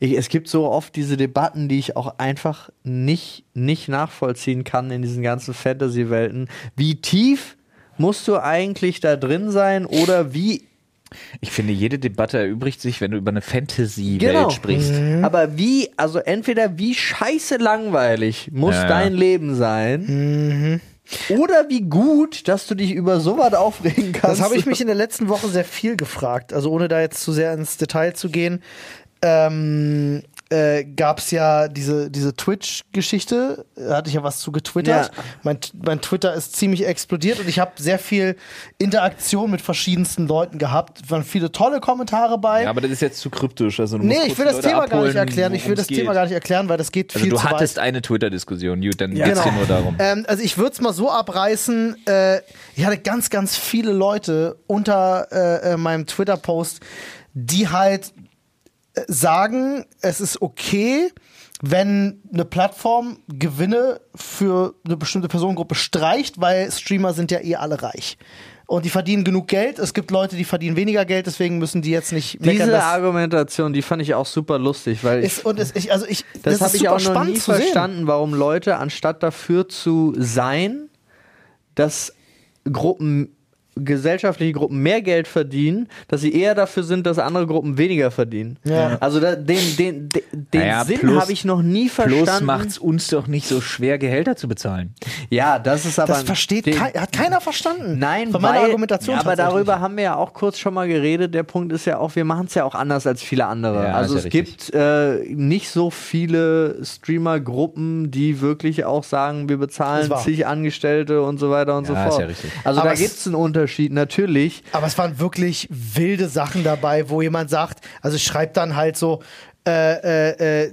S3: Ich, es gibt so oft diese Debatten, die ich auch einfach nicht, nicht nachvollziehen kann in diesen ganzen Fantasy-Welten. Wie tief musst du eigentlich da drin sein oder wie
S1: Ich finde, jede Debatte erübrigt sich, wenn du über eine Fantasy-Welt
S3: Genau.
S1: sprichst.
S2: Mhm.
S3: Aber wie, also entweder wie scheiße langweilig muss
S1: Ja, ja.
S3: dein Leben sein, oder wie gut, dass du dich über sowas aufregen kannst.
S2: Das habe ich mich in der letzten Woche sehr viel gefragt. Also ohne da jetzt zu sehr ins Detail zu gehen, ähm, äh, gab es ja diese, diese Twitch-Geschichte. Da hatte ich ja was zu getwittert.
S3: Ja.
S2: Mein, mein Twitter ist ziemlich explodiert und ich habe sehr viel Interaktion mit verschiedensten Leuten gehabt. Es waren viele tolle Kommentare bei.
S1: Ja, aber das ist jetzt zu kryptisch. Also du
S2: nee,
S1: musst
S2: ich
S1: kurz
S2: will das
S1: die Leute
S2: Thema gar nicht
S1: abholen,
S2: erklären. Ich will
S1: worum's
S2: das
S1: geht.
S2: Thema gar nicht erklären, weil das geht
S1: Also
S2: viel
S1: du
S2: zu weit.
S1: hattest eine Twitter-Diskussion, gut, dann geht's
S2: Genau.
S1: hier nur darum.
S2: Ähm, also ich würde es mal so abreißen. Äh, ich hatte ganz, ganz viele Leute unter äh, äh, meinem Twitter-Post, die halt äh, sagen, es ist okay, wenn eine Plattform Gewinne für eine bestimmte Personengruppe streicht, weil Streamer sind ja eh alle reich. Und die verdienen genug Geld. Es gibt Leute, die verdienen weniger Geld, deswegen müssen die jetzt nicht meckern.
S3: Diese
S2: dass-
S3: Argumentation, die fand ich auch super lustig, weil ich,
S2: ist, und es, ich, also ich,
S3: das,
S2: ist
S3: habe ich
S2: super
S3: auch noch
S2: spannend
S3: nie
S2: zu sehen.
S3: verstanden, warum Leute, anstatt dafür zu sein, dass Gruppen gesellschaftliche Gruppen mehr Geld verdienen, dass sie eher dafür sind, dass andere Gruppen weniger verdienen.
S2: Ja.
S3: Also da, den, den, den, den
S1: Naja,
S3: Sinn
S1: plus-
S3: habe ich noch nie verstanden.
S1: Plus macht's uns doch nicht so schwer, Gehälter zu bezahlen.
S3: Ja, das ist aber.
S2: Das versteht
S3: den-
S2: kei hat keiner verstanden.
S3: Nein,
S2: von meiner
S3: weil,
S2: Argumentation.
S3: Ja, aber
S2: tatsächlich.
S3: darüber haben wir ja auch kurz schon mal geredet. Der Punkt ist ja auch, wir machen es ja auch anders als viele andere.
S1: Ja,
S3: also
S1: ist ja
S3: es
S1: richtig.
S3: gibt äh, nicht so viele Streamer-Gruppen, die wirklich auch sagen, wir bezahlen
S2: Ist wahr.
S3: zig Angestellte und so weiter und so
S1: Ja, ist
S3: fort.
S1: ja richtig.
S3: Also
S2: Aber
S3: da
S2: es-
S3: gibt es einen Unterschied, natürlich.
S2: Aber es waren wirklich wilde Sachen dabei, wo jemand sagt, also schreibt dann halt so, äh, äh, äh,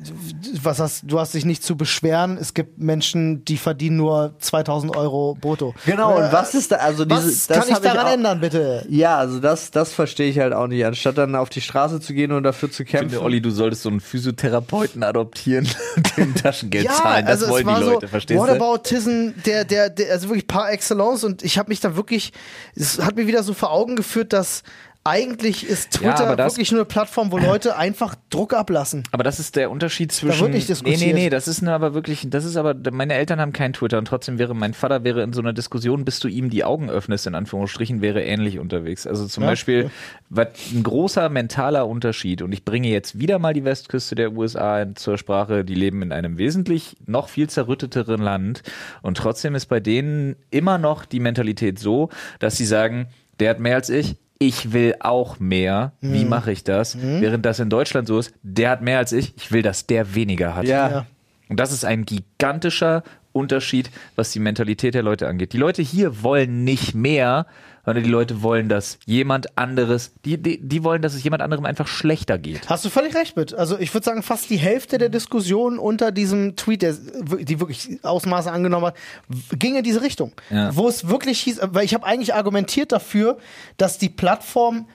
S2: was hast, du hast dich nicht zu beschweren. Es gibt Menschen, die verdienen nur 2000 Euro brutto.
S3: Genau,
S2: Äh,
S3: und was ist da, also diese,
S2: was
S3: das
S2: kann ich
S3: hab
S2: daran
S3: auch,
S2: ändern, bitte?
S3: Ja, also das, das verstehe ich halt auch nicht. Anstatt dann auf die Straße zu gehen und dafür zu
S1: Ich
S3: kämpfen.
S1: finde, Olli, du solltest so einen Physiotherapeuten adoptieren (laughs) und dem Taschengeld zahlen. Das
S2: also es
S1: wollen
S2: war
S1: die Leute,
S2: so,
S1: verstehst
S2: What
S1: du?
S2: aboutism, der, der, der, also wirklich par excellence und ich habe mich da wirklich, es hat mir wieder so vor Augen geführt, dass eigentlich ist
S1: Ja,
S2: Twitter
S1: aber das-
S2: wirklich nur eine Plattform, wo Leute einfach Druck ablassen.
S1: Aber das ist der Unterschied zwischen.
S2: wird nicht diskutiert.
S1: Nee, nee, nee, das ist nur aber wirklich, das ist aber, meine Eltern haben keinen Twitter und trotzdem wäre, mein Vater wäre in so einer Diskussion, bis du ihm die Augen öffnest, in Anführungsstrichen, wäre ähnlich unterwegs. Also zum
S2: Ja.
S1: Beispiel, was ein großer mentaler Unterschied und ich bringe jetzt wieder mal die Westküste der USA in- zur Sprache, die leben in einem wesentlich noch viel zerrütteteren Land und trotzdem ist bei denen immer noch die Mentalität so, dass sie sagen, der hat mehr als ich, ich will auch mehr. Wie
S2: Mhm.
S1: mache ich das? Während das in Deutschland so ist, der hat mehr als ich, ich will, dass der weniger hat.
S3: ja.
S2: Ja.
S1: Und das ist ein gigantischer Unterschied, was die Mentalität der Leute angeht. Die Leute hier wollen nicht mehr, sondern die Leute wollen, dass jemand anderes, die, die, die wollen, dass es jemand anderem einfach schlechter geht.
S2: Hast du völlig recht mit. Also ich würde sagen, fast die Hälfte der Diskussion unter diesem Tweet, der, die wirklich Ausmaße angenommen hat, w- ging in diese Richtung.
S1: Ja.
S2: Wo es wirklich hieß, weil ich habe eigentlich argumentiert dafür, dass die Plattform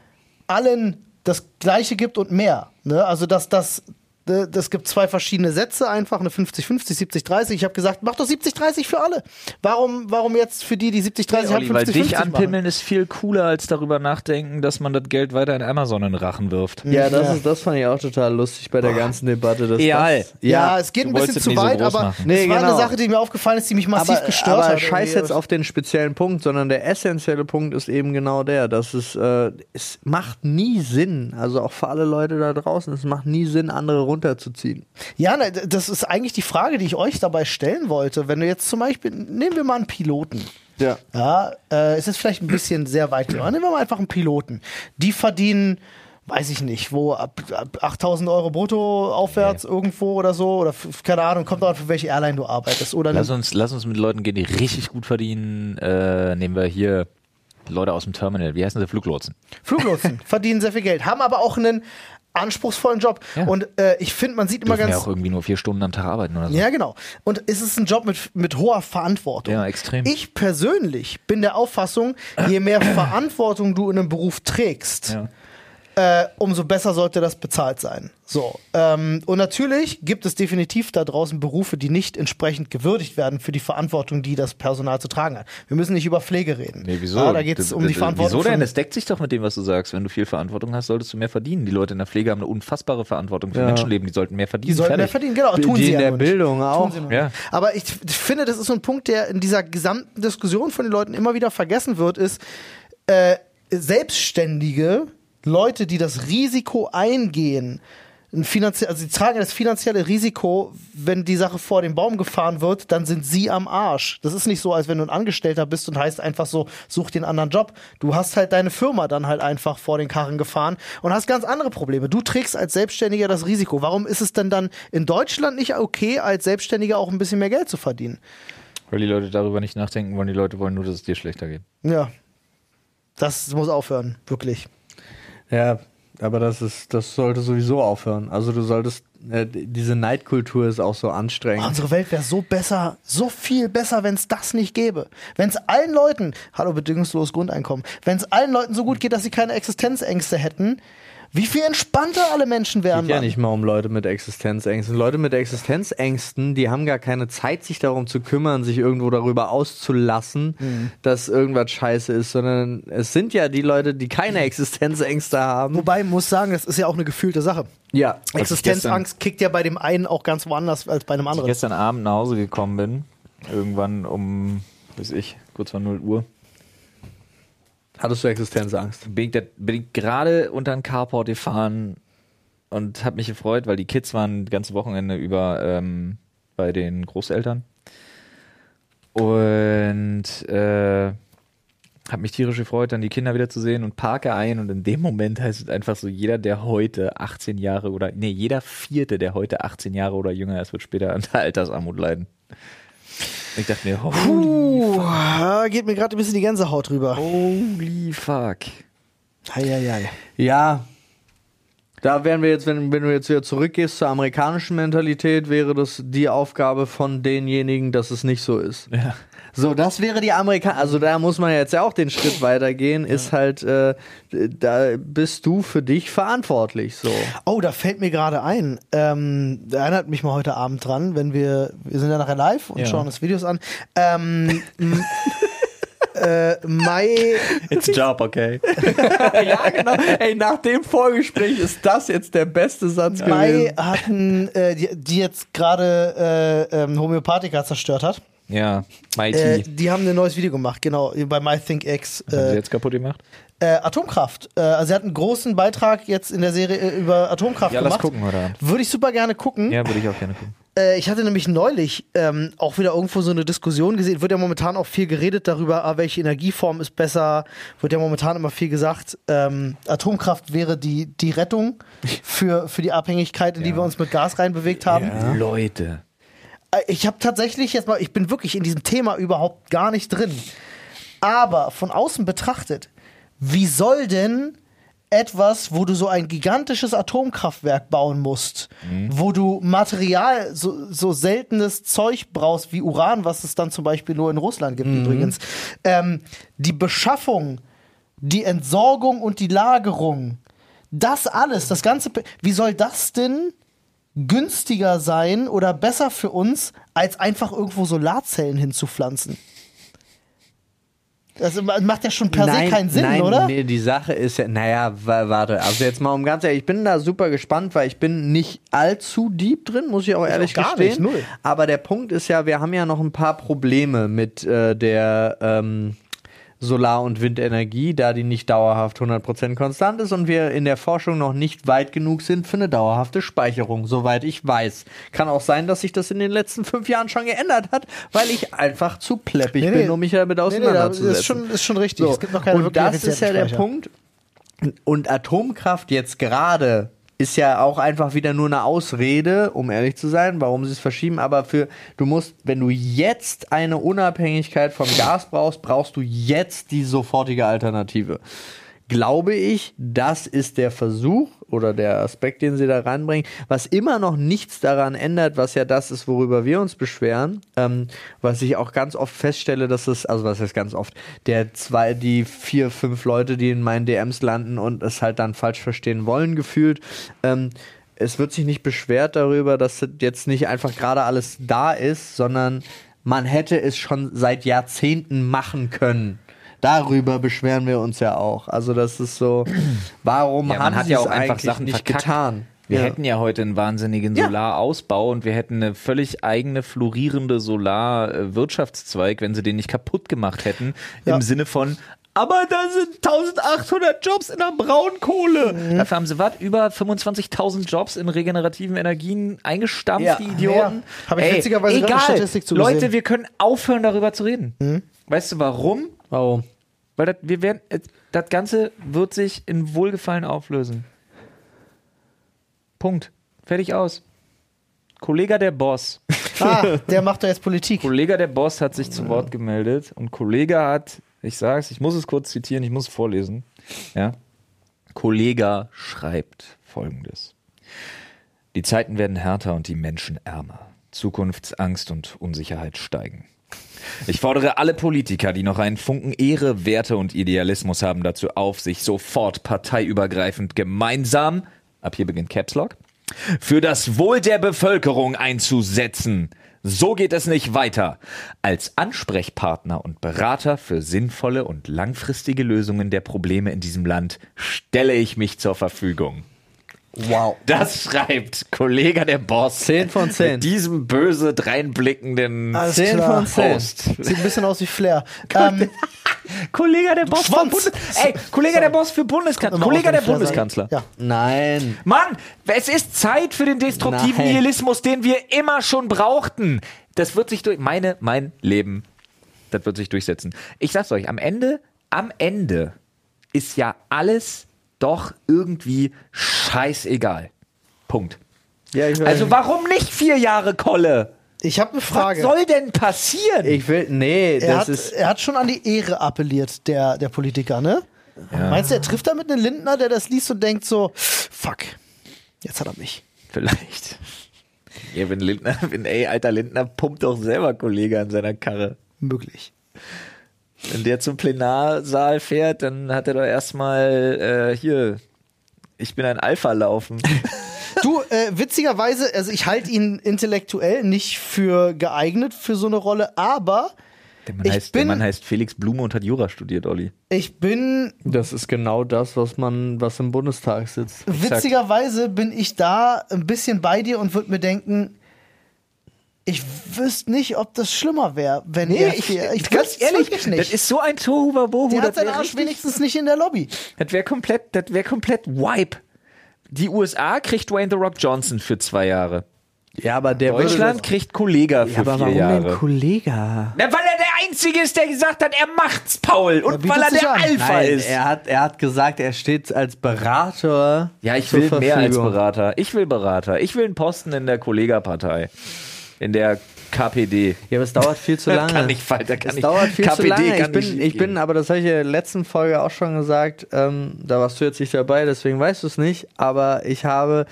S2: allen das Gleiche gibt und mehr. Ne? Also, dass das. äh, Das gibt zwei verschiedene Sätze, einfach eine 50-50, 70-30. Ich habe gesagt, mach doch 70-30 für alle. Warum, warum jetzt für die, die 70-30 haben, 50-50
S1: Olli, weil dich
S2: machen?
S1: anpimmeln ist viel cooler, als darüber nachdenken, dass man das Geld weiter in Amazon in den Rachen wirft.
S3: Ja, das,
S2: Ja.
S3: Ist, das fand ich auch total lustig bei der ganzen Debatte. Dass
S1: Egal.
S3: Das,
S2: Ja, es geht ein
S1: wolltest
S2: bisschen
S1: es
S2: zu
S1: nie so
S2: weit,
S1: groß
S2: aber
S1: machen.
S2: es
S3: Nee,
S2: war eine
S3: genau.
S2: Sache, die mir aufgefallen ist, die mich massiv
S3: aber,
S2: gestört
S3: aber
S2: hat.
S3: scheiß
S2: irgendwie.
S3: jetzt auf den speziellen Punkt, sondern der essentielle Punkt ist eben genau der, dass es, äh, es macht nie Sinn, also auch für alle Leute da draußen, es macht nie Sinn, andere runterzuziehen.
S2: Ja, ne, d- das ist eigentlich die Frage, die ich euch dabei stellen wollte. Wenn du jetzt zum Beispiel, nehmen wir mal einen Piloten.
S3: Ja.
S2: Ja, äh, es ist vielleicht ein bisschen sehr weit gegangen. Nehmen wir mal einfach einen Piloten. Die verdienen, weiß ich nicht, wo ab, ab 8000 Euro brutto aufwärts irgendwo oder so. Oder f- keine Ahnung, kommt auch an, für welche Airline du arbeitest. Oder
S1: Lass uns, lass uns mit Leuten gehen, die richtig gut verdienen. Äh, nehmen wir hier Leute aus dem Terminal. Wie heißen sie? Fluglotsen.
S2: Fluglotsen verdienen sehr viel Geld, haben aber auch einen anspruchsvollen Job.
S1: Ja.
S2: Und äh, ich finde, man sieht immer
S1: Dürfen
S2: ganz.
S1: ja auch irgendwie nur vier Stunden am Tag arbeiten oder so.
S2: Ja, genau. Und es ist ein Job mit, mit hoher Verantwortung.
S1: Ja, extrem.
S2: Ich persönlich bin der Auffassung,
S1: (coughs)
S2: je mehr Verantwortung du in einem Beruf trägst, äh, umso besser sollte das bezahlt sein. So. Ähm, und natürlich gibt es definitiv da draußen Berufe, die nicht entsprechend gewürdigt werden für die Verantwortung, die das Personal zu tragen hat. Wir müssen nicht über Pflege reden.
S1: Nee, wieso?
S2: Ja, da geht es
S1: D-
S2: um die
S1: d-
S2: Verantwortung.
S1: Wieso denn?
S2: von-
S1: Das deckt sich doch mit dem, was du sagst. Wenn du viel Verantwortung hast, solltest du mehr verdienen. Die Leute in der Pflege haben eine unfassbare Verantwortung für
S3: Ja.
S1: Menschenleben. Die sollten mehr verdienen.
S2: Die sollten mehr
S1: Fertig.
S2: verdienen, genau. Tun
S3: die
S2: sie
S3: in
S2: ja
S3: der
S2: nur nicht.
S3: Bildung auch.
S2: sie noch.
S1: Ja.
S2: Aber ich, ich finde, das ist so ein Punkt, der in dieser gesamten Diskussion von den Leuten immer wieder vergessen wird, ist äh, Selbstständige, Leute, die das Risiko eingehen, ein finanzie- also sie tragen das finanzielle Risiko, wenn die Sache vor den Baum gefahren wird, dann sind sie am Arsch. Das ist nicht so, als wenn du ein Angestellter bist und heißt einfach so, such den anderen Job. Du hast halt deine Firma dann halt einfach vor den Karren gefahren und hast ganz andere Probleme. Du trägst als Selbstständiger das Risiko. Warum ist es denn dann in Deutschland nicht okay, als Selbstständiger auch ein bisschen mehr Geld zu verdienen?
S1: Weil die Leute darüber nicht nachdenken wollen. Die Leute wollen nur, dass es dir schlechter geht.
S2: Ja. Das muss aufhören, wirklich.
S3: Ja, aber das ist, das sollte sowieso aufhören. Also du solltest, äh, d- diese Neidkultur ist auch so
S2: Oh,
S3: anstrengend.
S2: unsere Welt wäre so besser, so viel besser, wenn es das nicht gäbe. Wenn es allen Leuten, hallo bedingungsloses Grundeinkommen, wenn es allen Leuten so gut geht, dass sie keine Existenzängste hätten, wie viel entspannter alle Menschen wären.
S3: Geht ja
S2: Mann.
S3: nicht mal um Leute mit Existenzängsten. Leute mit Existenzängsten, die haben gar keine Zeit, sich darum zu kümmern, sich irgendwo darüber auszulassen, dass irgendwas scheiße ist, sondern es sind ja die Leute, die keine Existenzängste haben.
S2: Wobei, muss sagen, das ist ja auch eine gefühlte Sache.
S3: Ja.
S2: Existenzangst kickt ja bei dem einen auch ganz woanders als bei einem
S1: Als ich
S2: anderen.
S1: gestern Abend nach Hause gekommen bin, irgendwann um, weiß ich, kurz vor 0 Uhr,
S3: Hattest du Existenzangst?
S1: bin ich, da, bin ich gerade unter den Carport gefahren und habe mich gefreut, weil die Kids waren das ganze Wochenende über ähm, bei den Großeltern. Und äh, habe mich tierisch gefreut, dann die Kinder wieder zu sehen und parke ein. Und in dem Moment heißt es einfach so, jeder, der heute 18 Jahre oder, nee, jeder Vierte, der heute 18 Jahre oder jünger ist, wird später an der Altersarmut leiden. Ich dachte mir, holy,
S2: Uh, geht mir gerade ein bisschen die Gänsehaut rüber.
S1: holy fuck.
S2: Eieiei.
S3: Ja. Da wären wir jetzt, wenn, wenn du jetzt wieder zurückgehst zur amerikanischen Mentalität, wäre das die Aufgabe von denjenigen, dass es nicht so ist.
S1: Ja.
S3: So, das wäre die Amerika. Also da muss man jetzt ja auch den Schritt weitergehen. Ist halt, äh, da bist du für dich verantwortlich. So.
S2: Oh, da fällt mir gerade ein. Ähm, da erinnert mich mal heute Abend dran, wenn wir, wir sind ja nachher live und
S1: Ja.
S2: schauen uns Videos an. Ähm,
S1: (laughs)
S2: m- äh, Mai,
S1: It's a job, okay?
S3: (laughs) ja, genau. Ey, nach dem Vorgespräch ist das jetzt der beste Satz
S2: Mai hatten, äh, die, die jetzt gerade äh, ähm, Homöopathika zerstört hat,
S1: Ja, Mighty.
S2: äh, die haben ein neues Video gemacht, genau, bei MyThinkX.
S1: Haben sie
S2: Äh,
S1: jetzt kaputt gemacht?
S2: äh, Atomkraft. Äh, also sie hat einen großen Beitrag jetzt in der Serie äh, über Atomkraft
S1: Ja, lass
S2: gemacht.
S1: gucken heute Abend.
S2: Würde ich super gerne
S3: Hm?
S2: gucken.
S1: Ja, würde ich auch gerne gucken.
S2: Äh, ich hatte nämlich neulich ähm, auch wieder irgendwo so eine Diskussion gesehen. Wird ja momentan auch viel geredet darüber, ah, welche Energieform ist besser. Wird ja momentan immer viel gesagt. Ähm, Atomkraft wäre die, die Rettung für, für die Abhängigkeit, in die wir uns mit Gas reinbewegt haben.
S1: Leute.
S2: Äh, Ich habe tatsächlich jetzt mal, ich bin wirklich in diesem Thema überhaupt gar nicht drin. Aber von außen betrachtet, wie soll denn etwas, wo du so ein gigantisches Atomkraftwerk bauen musst,
S3: Mhm.
S2: wo du Material, so, so seltenes Zeug brauchst wie Uran, was es dann zum Beispiel nur in Russland gibt
S3: Mhm.
S2: übrigens, ähm, die Beschaffung, die Entsorgung und die Lagerung, Das alles, das ganze, P- wie soll das denn günstiger sein oder besser für uns, als einfach irgendwo Solarzellen hinzupflanzen? Das macht ja schon per se keinen Sinn,
S3: nein,
S2: oder?
S3: Nee, die Sache ist ja, naja, wa- warte, also jetzt mal um ganz ehrlich, ich bin da super gespannt, weil ich bin nicht allzu deep drin, muss ich auch ehrlich
S2: gar
S3: gestehen.
S2: nicht, null.
S3: Aber der Punkt ist ja, wir haben ja noch ein paar Probleme mit äh, der ähm, Solar- und Windenergie, da die nicht dauerhaft 100% konstant ist und wir in der Forschung noch nicht weit genug sind für eine dauerhafte Speicherung, soweit ich weiß. Kann auch sein, dass sich das in den letzten fünf Jahren schon geändert hat, weil ich einfach zu pleppig
S2: Nee, nee.
S3: bin, um mich
S2: Nee, nee,
S3: damit
S2: da-
S3: auseinanderzusetzen.
S2: ist schon, ist schon richtig.
S3: So.
S2: Es gibt noch keine
S3: und
S2: wirklich
S3: das ist ja
S2: effizienten
S3: der
S2: Speicher.
S3: Punkt. Und Atomkraft jetzt gerade ist ja auch einfach wieder nur eine Ausrede, um ehrlich zu sein, warum sie es verschieben. Aber für du musst, wenn du jetzt eine Unabhängigkeit vom Gas brauchst, brauchst du jetzt die sofortige Alternative. Glaube ich, das ist der Versuch oder der Aspekt, den sie da reinbringen, was immer noch nichts daran ändert, was ja das ist, worüber wir uns beschweren, ähm, was ich auch ganz oft feststelle, dass es, also was heißt ganz oft, der zwei, die vier, fünf Leute, die in meinen DMs landen und es halt dann falsch verstehen wollen, gefühlt, ähm, es wird sich nicht beschwert darüber, dass das jetzt nicht einfach gerade alles da ist, sondern man hätte es schon seit Jahrzehnten machen können. Darüber beschweren wir uns ja auch. Also das ist so, warum
S1: Ja, man
S3: haben
S1: hat
S3: sie
S1: ja
S3: es
S1: auch einfach
S3: eigentlich
S1: Sachen
S3: nicht
S1: verkackt.
S3: getan?
S1: Wir
S3: ja.
S1: hätten ja heute einen wahnsinnigen
S3: Ja.
S1: Solarausbau und wir hätten eine völlig eigene florierende Solarwirtschaftszweig, wenn sie den nicht kaputt gemacht hätten. Im Sinne von, aber da sind 1800 Jobs in der Braunkohle.
S3: Mhm.
S1: Dafür haben sie was? Über 25.000 Jobs in regenerativen Energien eingestampft,
S3: Ja.
S1: die Idioten.
S2: Ja. Hab ich witzigerweise gerade
S1: egal.
S2: eine Statistik zu
S1: Leute,
S2: gesehen.
S1: wir können aufhören, darüber zu reden.
S3: Mhm.
S1: Weißt du warum?
S3: Warum?
S1: Weil das, wir werden, äh, das Ganze wird sich in Wohlgefallen auflösen. Punkt. Fertig aus. Kollege der Boss.
S2: Ah, der macht doch jetzt Politik.
S1: Kollege der Boss hat sich zu Wort gemeldet und Kollege hat, ich sag's, ich muss es kurz zitieren, ich muss es vorlesen. Ja. Kollege schreibt folgendes. Die Zeiten werden härter und die Menschen ärmer. Zukunftsangst und Unsicherheit steigen. Ich fordere alle Politiker, die noch einen Funken Ehre, Werte und Idealismus haben, dazu auf, sich sofort parteiübergreifend gemeinsam, ab hier beginnt Caps Lock, für das Wohl der Bevölkerung einzusetzen. So geht es nicht weiter. Als Ansprechpartner und Berater für sinnvolle und langfristige Lösungen der Probleme in diesem Land stelle ich mich zur Verfügung.
S3: Wow.
S1: Das schreibt Kollege der Boss.
S3: 10 von 10.
S1: Mit diesem böse dreinblickenden
S2: Alles
S3: Zehn
S2: klar.
S3: von zehn.
S1: Post.
S2: Sieht ein bisschen aus wie
S3: (laughs)
S2: Flair. Ähm,
S1: Kollege der Boss
S2: Schwanz.
S1: für Bundes Ey, Kollege der Boss für Bundeskanzler.
S2: immer
S1: Kollege
S2: auf den
S1: der
S2: Flair
S1: Bundeskanzler.
S2: sagen. Ja.
S3: Nein.
S1: Mann, es ist Zeit für den destruktiven
S3: Nein.
S1: Nihilismus, den wir immer schon brauchten. Das wird sich durch meine mein Leben, das wird sich durchsetzen. Ich sag's euch, am Ende, am Ende ist ja alles doch irgendwie scheißegal. Punkt.
S3: Ja, ich will,
S1: Also warum nicht vier Jahre Kolle?
S2: Ich habe eine
S1: Was
S2: Frage.
S1: soll denn passieren?
S3: ich will, nee,
S2: er,
S3: das
S2: hat,
S3: ist,
S2: er hat schon an die Ehre appelliert, der, der Politiker, ne? Meinst du, er trifft damit einen Lindner, der das liest und denkt so, fuck, jetzt hat er
S3: (laughs)
S2: mich.
S1: Vielleicht. Kevin Lindner, (laughs) wenn, ey, alter Lindner pumpt doch selber Kollege an seiner Karre.
S2: Möglich.
S1: Wenn der zum Plenarsaal fährt, dann hat er doch erstmal äh, hier, ich bin ein Alpha laufen.
S2: Du, äh, witzigerweise, also ich halte ihn intellektuell nicht für geeignet für so eine Rolle, aber
S1: (laughs) Der Mann,
S2: Ich
S1: heißt, der
S2: bin-
S1: Mann heißt Felix Blume und hat Jura studiert, Olli.
S2: ich bin
S3: das ist genau das, was man, was im Bundestag sitzt.
S2: Witzigerweise bin ich da ein bisschen bei dir und würde mir denken, ich wüsste nicht, ob das schlimmer wäre, wenn er hier- wüsste's wirklich nicht.
S1: das ist so ein Tohuwabohu.
S2: der
S1: das
S2: hat seinen
S1: wär
S2: Arsch
S1: richtig-
S2: wenigstens nicht in der Lobby.
S1: Das wäre komplett, das wäre komplett Wipe. Die USA kriegt Dwayne The Rock Johnson für zwei Jahre.
S3: Ja, aber der würde
S1: Deutschland kriegt Kollega
S3: das,
S1: für
S3: ja, aber
S1: vier
S3: warum
S1: Jahre.
S3: denn Kollege?
S1: Na, weil er der Einzige ist, der gesagt hat, er macht's, Paul. Und
S2: bietet
S1: weil er
S2: sich
S1: der
S2: an.
S1: Alpha
S3: Nein,
S1: ist.
S3: er hat, er hat gesagt, er steht als Berater.
S1: ja, ich
S3: zur
S1: will mehr als
S3: Verfügung.
S1: Berater. Ich will Berater. Ich will einen Posten in der Kollegapartei. In der KPD.
S3: Ja, aber es dauert viel zu lange.
S1: Kann ich weiter, kann
S3: es
S1: ich.
S3: dauert viel zu
S1: KPD
S3: lange. Ich
S1: kann nicht
S3: bin, ich
S1: schiefgehen.
S3: bin, aber das habe ich in der letzten Folge auch schon gesagt. Ähm, da warst du jetzt nicht dabei, deswegen weißt du es nicht. Aber ich habe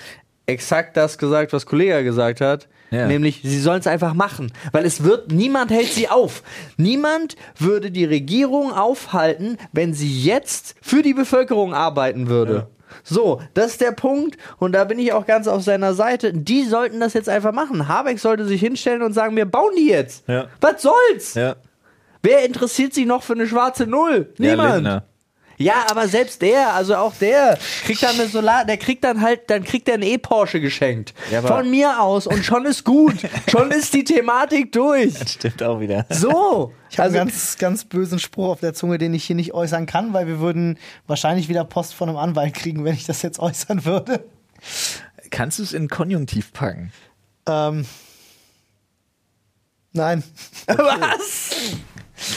S3: exakt das gesagt, was Kollega gesagt hat.
S1: Ja.
S3: Nämlich, sie sollen es einfach machen. Weil es wird, niemand hält sie auf. Niemand würde die Regierung aufhalten, wenn sie jetzt für die Bevölkerung arbeiten würde. So, das ist der Punkt und da bin ich auch ganz auf seiner Seite. Die sollten das jetzt einfach machen. Habeck sollte sich hinstellen und sagen, wir bauen die jetzt.
S1: Ja.
S3: Was soll's?
S1: Ja.
S3: Wer interessiert sich noch für eine schwarze Null?
S1: Ja,
S3: Niemand.
S1: Lindner. (laughs)
S3: Ja, aber selbst der, also auch der, kriegt dann eine Solar, der kriegt dann halt, dann kriegt er einen E-Porsche geschenkt.
S1: Ja, aber-
S3: Von mir aus und schon
S1: (laughs)
S3: ist gut. schon ist die Thematik durch.
S1: Stimmt auch wieder.
S3: So.
S2: Ich habe
S1: Also
S2: einen ganz, ganz bösen Spruch auf der Zunge, den ich hier nicht äußern kann, weil wir würden wahrscheinlich wieder Post von einem Anwalt kriegen, wenn ich das jetzt äußern würde.
S1: Kannst du es in Konjunktiv packen?
S2: Ähm, nein.
S3: Also, (laughs) was?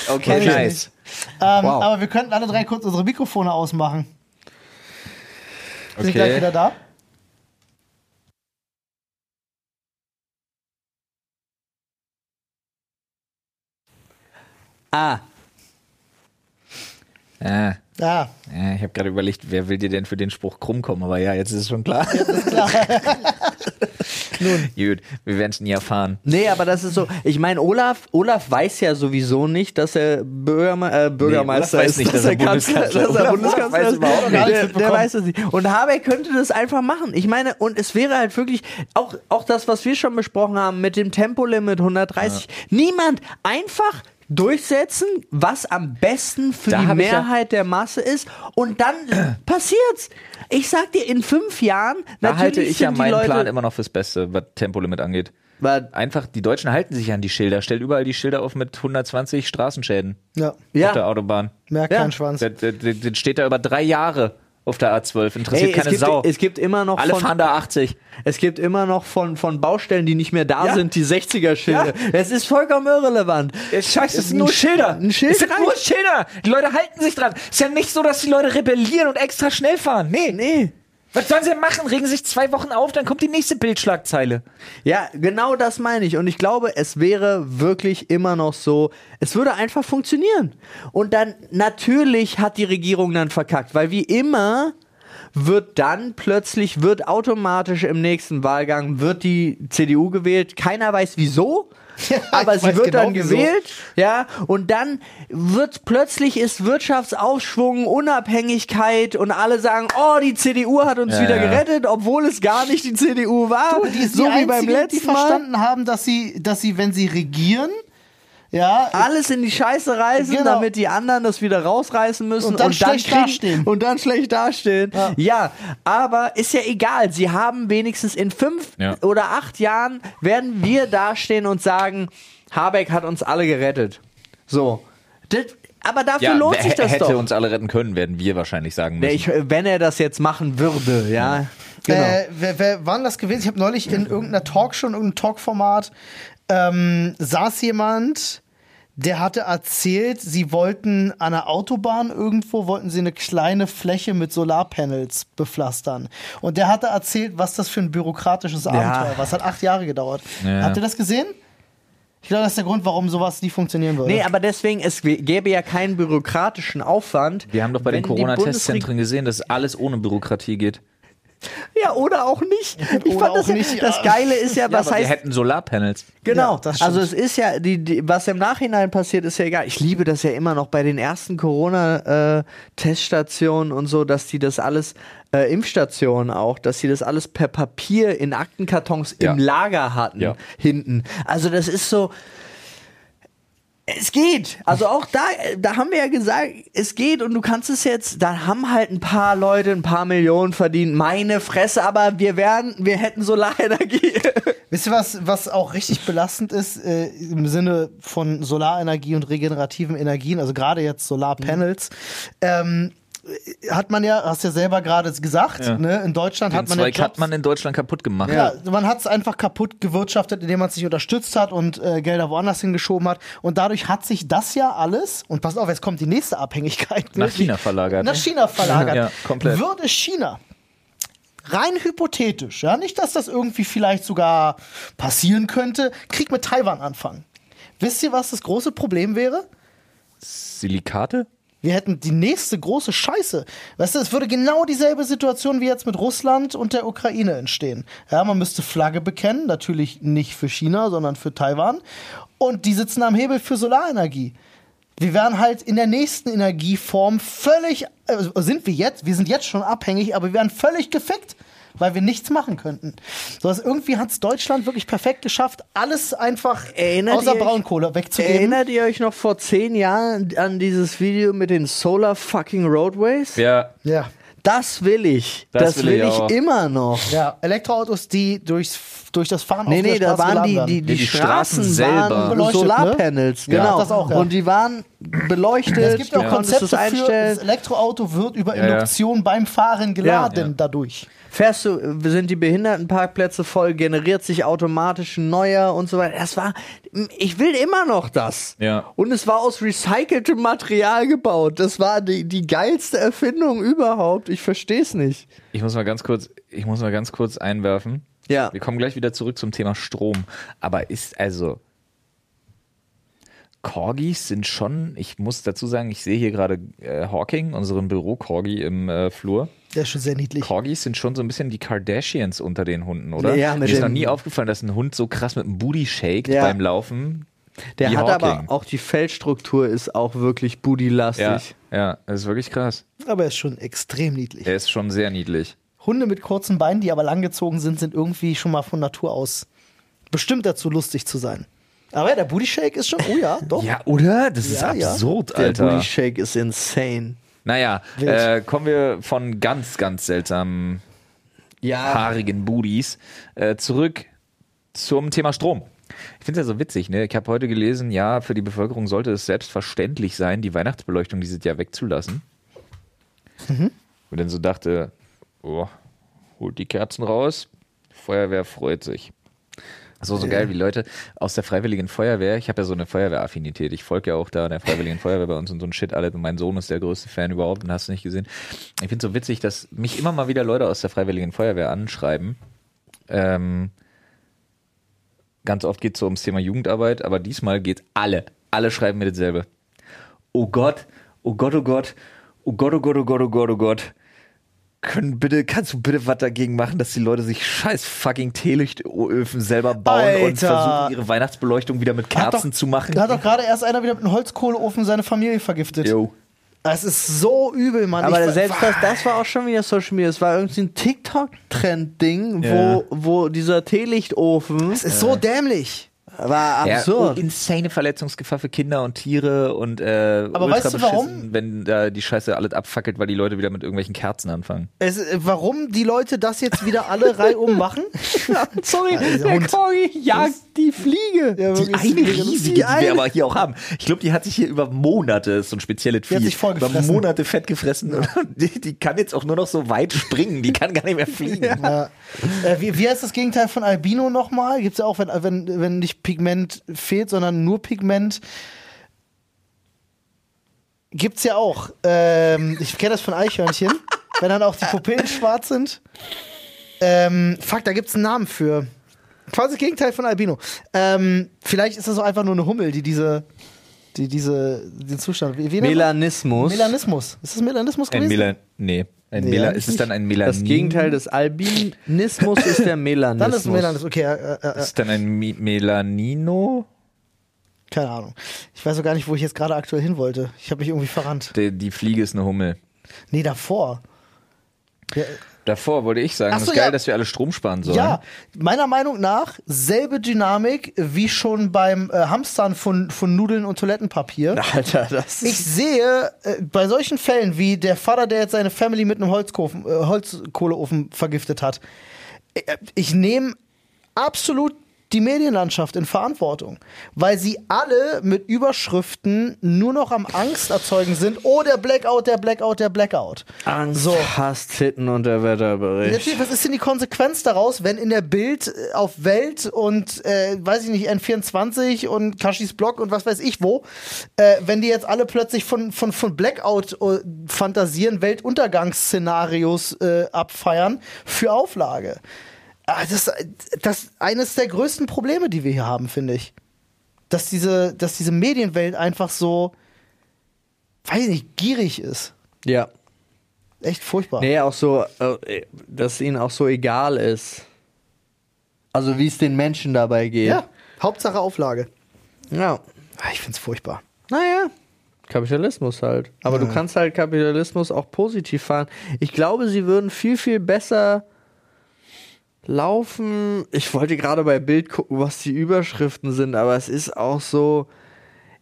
S1: Okay,
S2: Weiß ich
S1: nice.
S2: nicht. Ähm, Aber wir könnten alle drei kurz unsere Mikrofone ausmachen. Wir sind
S1: Okay.
S2: gleich wieder da.
S3: Ah,
S1: Ah,
S2: Ja,
S1: ja, ich habe gerade überlegt, wer will dir denn für den Spruch krumm kommen, aber ja, jetzt ist es schon klar. (laughs) Gut, wir werden es nie erfahren.
S3: nee, aber das ist so. Ich meine, Olaf, Olaf weiß ja sowieso nicht, dass er Bürgerme äh, Bürgermeister
S1: Olaf weiß
S3: ist.
S1: nicht, dass er Bundeskanzler-
S3: dass er
S1: Olaf
S3: Bundeskanzler
S1: weiß
S3: ist.
S1: überhaupt
S2: nicht.
S3: Der, der weiß das nicht. Und Habeck könnte das einfach machen. Ich meine, und es wäre halt wirklich auch, auch das, was wir schon besprochen haben mit dem Tempolimit 130. Niemand einfach durchsetzen, was am besten für
S1: Da
S3: die
S1: hab ich ja-
S3: Mehrheit der Masse ist und
S1: (clears throat)
S3: dann passiert's. Ich sag dir, in fünf Jahren
S1: Da
S3: natürlich
S1: halte ich
S3: sind
S1: ja
S3: die
S1: meinen
S3: Leute,
S1: Plan immer noch fürs Beste, was Tempolimit angeht.
S3: Weil-
S1: Einfach, die Deutschen halten sich an die Schilder. Stellt überall die Schilder auf mit 120 Straßenschäden
S2: ja.
S1: auf der
S3: ja,
S1: Autobahn.
S2: merkt
S3: Ja.
S2: keinen Schwanz.
S1: Das, das, das das steht da über drei Jahre auf der A12. Interessiert
S3: Ey,
S1: keine
S3: es gibt,
S1: Sau.
S3: Es gibt immer noch
S1: Alle
S3: von,
S1: fahren da 80.
S3: es gibt immer noch von, von Baustellen, die nicht mehr da
S1: Ja.
S3: sind, die 60er-Schilder. Es ist vollkommen irrelevant.
S1: Scheiße, es
S3: Äh, sind nur Schilder.
S1: Äh, Ein Schild
S3: Es sind nur
S1: Schilder. Die Leute halten sich dran. Ist ja nicht so, dass die Leute rebellieren und extra schnell fahren. Nee.
S3: Nee.
S1: Was sollen sie machen? Regen sich zwei Wochen auf, dann kommt die nächste Bildschlagzeile.
S3: Ja, genau das meine ich. Und ich glaube, es wäre wirklich immer noch so, es würde einfach funktionieren. Und dann, natürlich hat die Regierung dann verkackt, weil wie immer wird dann plötzlich, wird automatisch im nächsten Wahlgang, wird die CDU gewählt. Keiner weiß wieso.
S2: Ja,
S3: (laughs) aber
S2: ich
S3: sie
S2: weiß
S3: wird
S2: genau
S3: dann
S2: wieso.
S3: gewählt, ja, und dann wird plötzlich ist Wirtschaftsaufschwung, Unabhängigkeit und alle sagen, oh, die CDU hat uns
S1: Ja,
S3: wieder
S1: ja.
S3: gerettet, obwohl es gar nicht Oh, die CDU war,
S2: Die ist
S3: so
S2: die
S3: wie beim
S2: Einzige, die
S3: letzten Mal.
S2: verstanden haben, dass sie, dass sie, wenn sie regieren, ja, äh,
S3: Alles in die Scheiße reißen,
S2: Genau.
S3: damit die anderen das wieder rausreißen müssen
S2: Und dann schlecht dastehen.
S3: und dann schlecht dastehen. Ja.
S2: Ja.
S3: aber ist ja egal. Sie haben wenigstens in fünf
S1: Ja.
S3: oder acht Jahren werden wir dastehen und sagen, Habeck hat uns alle gerettet. So, das, aber dafür lohnt sich das
S1: hätte
S3: doch.
S1: uns alle retten können, werden wir wahrscheinlich sagen
S3: Nee,
S1: müssen.
S3: ich, wenn er das jetzt machen würde, ja. Genau.
S2: Äh, wer, wer waren das gewesen? Ich habe neulich in irgendeiner Talkshow, in irgendeinem Talkformat, ähm, saß jemand, der hatte erzählt, sie wollten an der Autobahn irgendwo, wollten sie eine kleine Fläche mit Solarpanels bepflastern. Und der hatte erzählt, was das für ein bürokratisches Abenteuer war. Es hat acht Jahre gedauert.
S1: Ja.
S2: Habt ihr das gesehen? Ich glaube, das ist der Grund, warum sowas nie funktionieren würde.
S3: Nee, aber deswegen, es gäbe ja keinen bürokratischen Aufwand.
S1: wir haben doch bei den
S3: wenn die
S1: Corona-Testzentren gesehen, dass alles ohne Bürokratie geht.
S3: Ja, oder auch nicht. Ich
S2: Oder
S3: fand das,
S2: auch
S3: ja,
S2: nicht,
S3: das
S2: ja.
S3: Geile ist ja, was
S1: aber wir
S3: heißt.
S1: hätten Solarpanels.
S3: Genau,
S2: Ja, das stimmt.
S3: also es ist ja, die, die, was im Nachhinein passiert, ist ja egal. Ich liebe das ja immer noch bei den ersten Corona-Teststationen und so, dass die das alles, äh, Impfstationen auch, dass die das alles per Papier in Aktenkartons
S1: Ja.
S3: im Lager hatten,
S1: Ja.
S3: hinten. Also das ist so, es geht. Also auch da, da haben wir ja gesagt, es geht und du kannst es jetzt, da haben halt ein paar Leute ein paar Millionen verdient. Meine Fresse, aber wir werden, wir hätten (laughs) Solarenergie.
S2: Wisst ihr was, was auch richtig belastend ist äh, im Sinne von Solarenergie und regenerativen Energien, also gerade jetzt Solarpanels,
S1: Mhm.
S2: ähm, hat man ja, hast ja selber gerade gesagt, ne, in Deutschland
S1: Den
S2: hat man ja
S1: Zweig
S2: Jobs,
S1: hat man in Deutschland kaputt gemacht.
S2: ja, man hat es einfach kaputt gewirtschaftet, indem man sich unterstützt hat und äh, Gelder woanders hingeschoben hat. Und dadurch hat sich das ja alles, und pass auf, jetzt kommt die nächste Abhängigkeit.
S1: Nach
S2: ne,
S1: China
S2: die-
S1: verlagert.
S2: Nach China verlagert.
S1: Ja, komplett.
S2: Würde China rein hypothetisch, ja, nicht, dass das irgendwie vielleicht sogar passieren könnte, Krieg mit Taiwan anfangen. Wisst ihr, was das große Problem wäre?
S1: Silikate?
S2: Wir hätten die nächste große Scheiße. Weißt du, es würde genau dieselbe Situation wie jetzt mit Russland und der Ukraine entstehen. Ja, man müsste Flagge bekennen, natürlich nicht für China, sondern für Taiwan. Und die sitzen am Hebel für Solarenergie. wir wären halt in der nächsten Energieform völlig, äh, sind wir jetzt, wir sind jetzt schon abhängig, aber wir wären völlig gefickt, weil wir nichts machen könnten. So dass irgendwie hat es Deutschland wirklich perfekt geschafft, alles einfach
S3: Erinnert
S2: außer
S3: ihr euch-
S2: Braunkohle wegzugeben.
S3: Erinnert ihr euch noch vor zehn Jahren an dieses Video mit den Solar fucking Roadways?
S1: Ja,
S2: Ja.
S3: Das will ich. Das,
S1: Das
S3: will,
S1: will ich
S3: ich
S1: auch.
S3: immer noch.
S2: Ja, Elektroautos, die durchs, durch das Fahren
S3: Nee,
S2: auf der
S3: nee, da
S2: Straße
S3: waren die,
S2: geladen
S3: die,
S2: werden.
S3: die,
S4: die
S3: Straßen,
S4: Straßen selber.
S3: waren
S2: Beleuchtet,
S3: Solarpanels,
S2: ne? Ja,
S3: genau.
S2: das auch, ja.
S3: Und die waren beleuchtet.
S2: Es gibt auch
S3: du konntest
S2: Konzepte
S3: es
S2: für, das
S3: einstellen.
S2: Elektroauto wird über
S1: Ja, ja.
S2: Induktion beim Fahren geladen dadurch.
S3: Fährst du, äh, sind die Behindertenparkplätze voll, generiert sich automatisch ein neuer und so weiter. Das war, ich will immer noch das.
S1: Ja.
S3: Und es war aus recyceltem Material gebaut. Das war die, die geilste Erfindung überhaupt. Ich versteh's nicht.
S1: ich muss mal ganz kurz, ich muss mal ganz kurz einwerfen.
S3: Ja.
S1: Wir kommen gleich wieder zurück zum Thema Strom. Aber ist also. Corgis sind schon, ich muss dazu sagen, ich sehe hier gerade äh, Hawking, unseren Büro-Corgi im äh, Flur.
S2: Der ist schon sehr niedlich.
S1: Corgis sind schon so ein bisschen die Kardashians unter den Hunden, oder?
S3: Ja, mit
S1: Mir ist noch
S3: dem-
S1: nie aufgefallen, dass ein Hund so krass mit dem Booty shaked
S3: Ja.
S1: beim Laufen.
S3: Der
S1: wie
S3: hat
S1: Hawking.
S3: aber auch die Feldstruktur ist auch wirklich bootylastig.
S1: Ja, ja, das ist wirklich krass.
S2: Aber er ist schon extrem niedlich.
S1: Der ist schon sehr niedlich.
S2: Hunde mit kurzen Beinen, die aber langgezogen sind, sind irgendwie schon mal von Natur aus bestimmt dazu lustig zu sein. Aber ja, der Booty Shake ist schon, oh
S1: (laughs)
S2: ja, doch.
S1: Ja, oder? Das ist
S2: Ja, ja.
S1: absurd,
S3: Der
S1: Alter.
S3: Booty Shake ist insane.
S1: Naja,
S2: Wild.
S1: äh, kommen wir von ganz, ganz seltsamen haarigen Booties äh, zurück zum Thema Strom. Ich finde es ja so witzig, ne? Ich habe heute gelesen, ja, für die Bevölkerung sollte es selbstverständlich sein, die Weihnachtsbeleuchtung dieses Jahr wegzulassen. Und dann so dachte, oh, holt die Kerzen raus, Feuerwehr freut sich. So, so geil wie Leute aus der Freiwilligen Feuerwehr. Ich habe ja so eine Feuerwehraffinität. Ich folge ja auch da der Freiwilligen Feuerwehr bei uns und so ein Shit. Alle, und mein Sohn ist der größte Fan überhaupt und hast du nicht gesehen. Ich finde so witzig, dass mich immer mal wieder Leute aus der Freiwilligen Feuerwehr anschreiben. Ähm, ganz oft geht es so ums Thema Jugendarbeit, aber diesmal geht alle. Alle schreiben mir dasselbe. Oh Gott, oh Gott, oh Gott, oh Gott, oh Gott, oh Gott, oh Gott, oh Gott. Können bitte, kannst du bitte was dagegen machen, dass die Leute sich scheiß fucking Teelichtöfen selber bauen und
S2: Alter.
S1: versuchen, ihre Weihnachtsbeleuchtung wieder mit
S2: Hat doch-
S1: Kerzen zu machen?
S2: Da hat doch gerade erst einer wieder mit einem Holzkohleofen seine Familie vergiftet.
S1: Jo.
S2: Das ist so übel, Mann.
S3: Aber
S2: Ich-
S3: selbst das, das war auch schon wieder Social Media. Es war irgendwie ein TikTok-Trend-Ding, wo, wo dieser Teelichtofen
S2: das ist so dämlich.
S3: war
S1: Ja, oh,
S3: absurd.
S1: insane Verletzungsgefahr für Kinder und Tiere und äh,
S2: Aber
S1: ultra
S2: weißt du, warum?
S1: beschissen, wenn da die Scheiße alles abfackelt, weil die Leute wieder mit irgendwelchen Kerzen anfangen.
S2: Es, äh, warum die Leute das jetzt wieder alle reihum machen?
S3: Sorry,
S2: der Hund.
S3: Corgi jagt die Fliege.
S1: Die eine riesige, die wir aber hier auch haben. Ich glaube, die hat sich hier über Monate, ist so ein spezielles Vieh,
S2: hat sich
S1: über
S2: vollgefressen.
S1: Monate fett gefressen. Und (laughs) die, die kann jetzt auch nur noch so weit springen. Die kann gar nicht mehr fliegen.
S2: (laughs) Ja. Äh, wie, wie heißt das Gegenteil von Albino nochmal? Gibt es ja auch, wenn, wenn, wenn nicht Pigment fehlt, sondern nur Pigment. Gibt's ja auch. Ähm, ich kenne das von Eichhörnchen. wenn dann auch die Pupillen schwarz sind. Ähm, fuck, da gibt's einen Namen für. Quasi das Gegenteil von Albino. Ähm, vielleicht ist das auch einfach nur eine Hummel, die diese, die diese, den Zustand. Wie, wie nennt man-
S3: Melanismus.
S2: Melanismus. Ist das Melanismus gewesen?
S1: nee. Ein
S2: Nee,
S1: Mela-
S2: eigentlich
S1: ist es dann ein Melanin?
S3: das Gegenteil des Albinismus ist der Melanismus.
S2: Dann ist Melanismus. Okay, äh, äh, äh,
S1: Ist es dann ein Mi Melanino?
S2: Keine Ahnung. Ich weiß auch gar nicht, wo ich jetzt gerade aktuell hin wollte. Ich habe mich irgendwie verrannt.
S1: Die, die Fliege ist eine Hummel.
S2: Nee, davor. Ja,
S1: Davor wollte ich sagen,
S2: Ach
S1: es
S2: so,
S1: ist geil,
S2: ja.
S1: dass wir alle Strom sparen sollen.
S2: ja, meiner Meinung nach selbe Dynamik wie schon beim äh, Hamstern von, von Nudeln und Toilettenpapier.
S3: Alter, das
S2: Ich sehe äh, bei solchen Fällen wie der Vater, der jetzt seine Family mit einem Holzkofen, äh, Holzkohleofen vergiftet hat. Ich, äh, ich nehme absolut die Medienlandschaft in Verantwortung, weil sie alle mit Überschriften nur noch am Angst erzeugen sind. Oh, der Blackout, der Blackout, der Blackout.
S3: Angst,
S2: So.
S3: Hass, Titten und der Wetterbericht.
S2: Natürlich, was ist denn die Konsequenz daraus, wenn in der Bild äh, auf Welt und äh, weiß ich nicht, N24 und Kashis Blog und was weiß ich wo, äh, wenn die jetzt alle plötzlich von, von, von Blackout äh, fantasieren, Weltuntergangsszenarios äh, abfeiern für Auflage? Ah, Das, das ist eines der größten Probleme, die wir hier haben, finde ich. Dass diese, dass diese Medienwelt einfach so, weiß ich nicht, gierig ist.
S3: Ja.
S2: Echt furchtbar.
S3: Nee, auch so, äh, dass ihnen auch so egal ist. Also wie es den Menschen dabei geht.
S2: Ja, Hauptsache Auflage.
S3: ja.
S2: Ah, Ich find's furchtbar.
S3: Naja. Kapitalismus halt. Aber du kannst halt Kapitalismus auch positiv fahren. Ich glaube, sie würden viel, viel besser laufen. Ich wollte gerade bei Bild gucken, was die Überschriften sind, aber es ist auch so.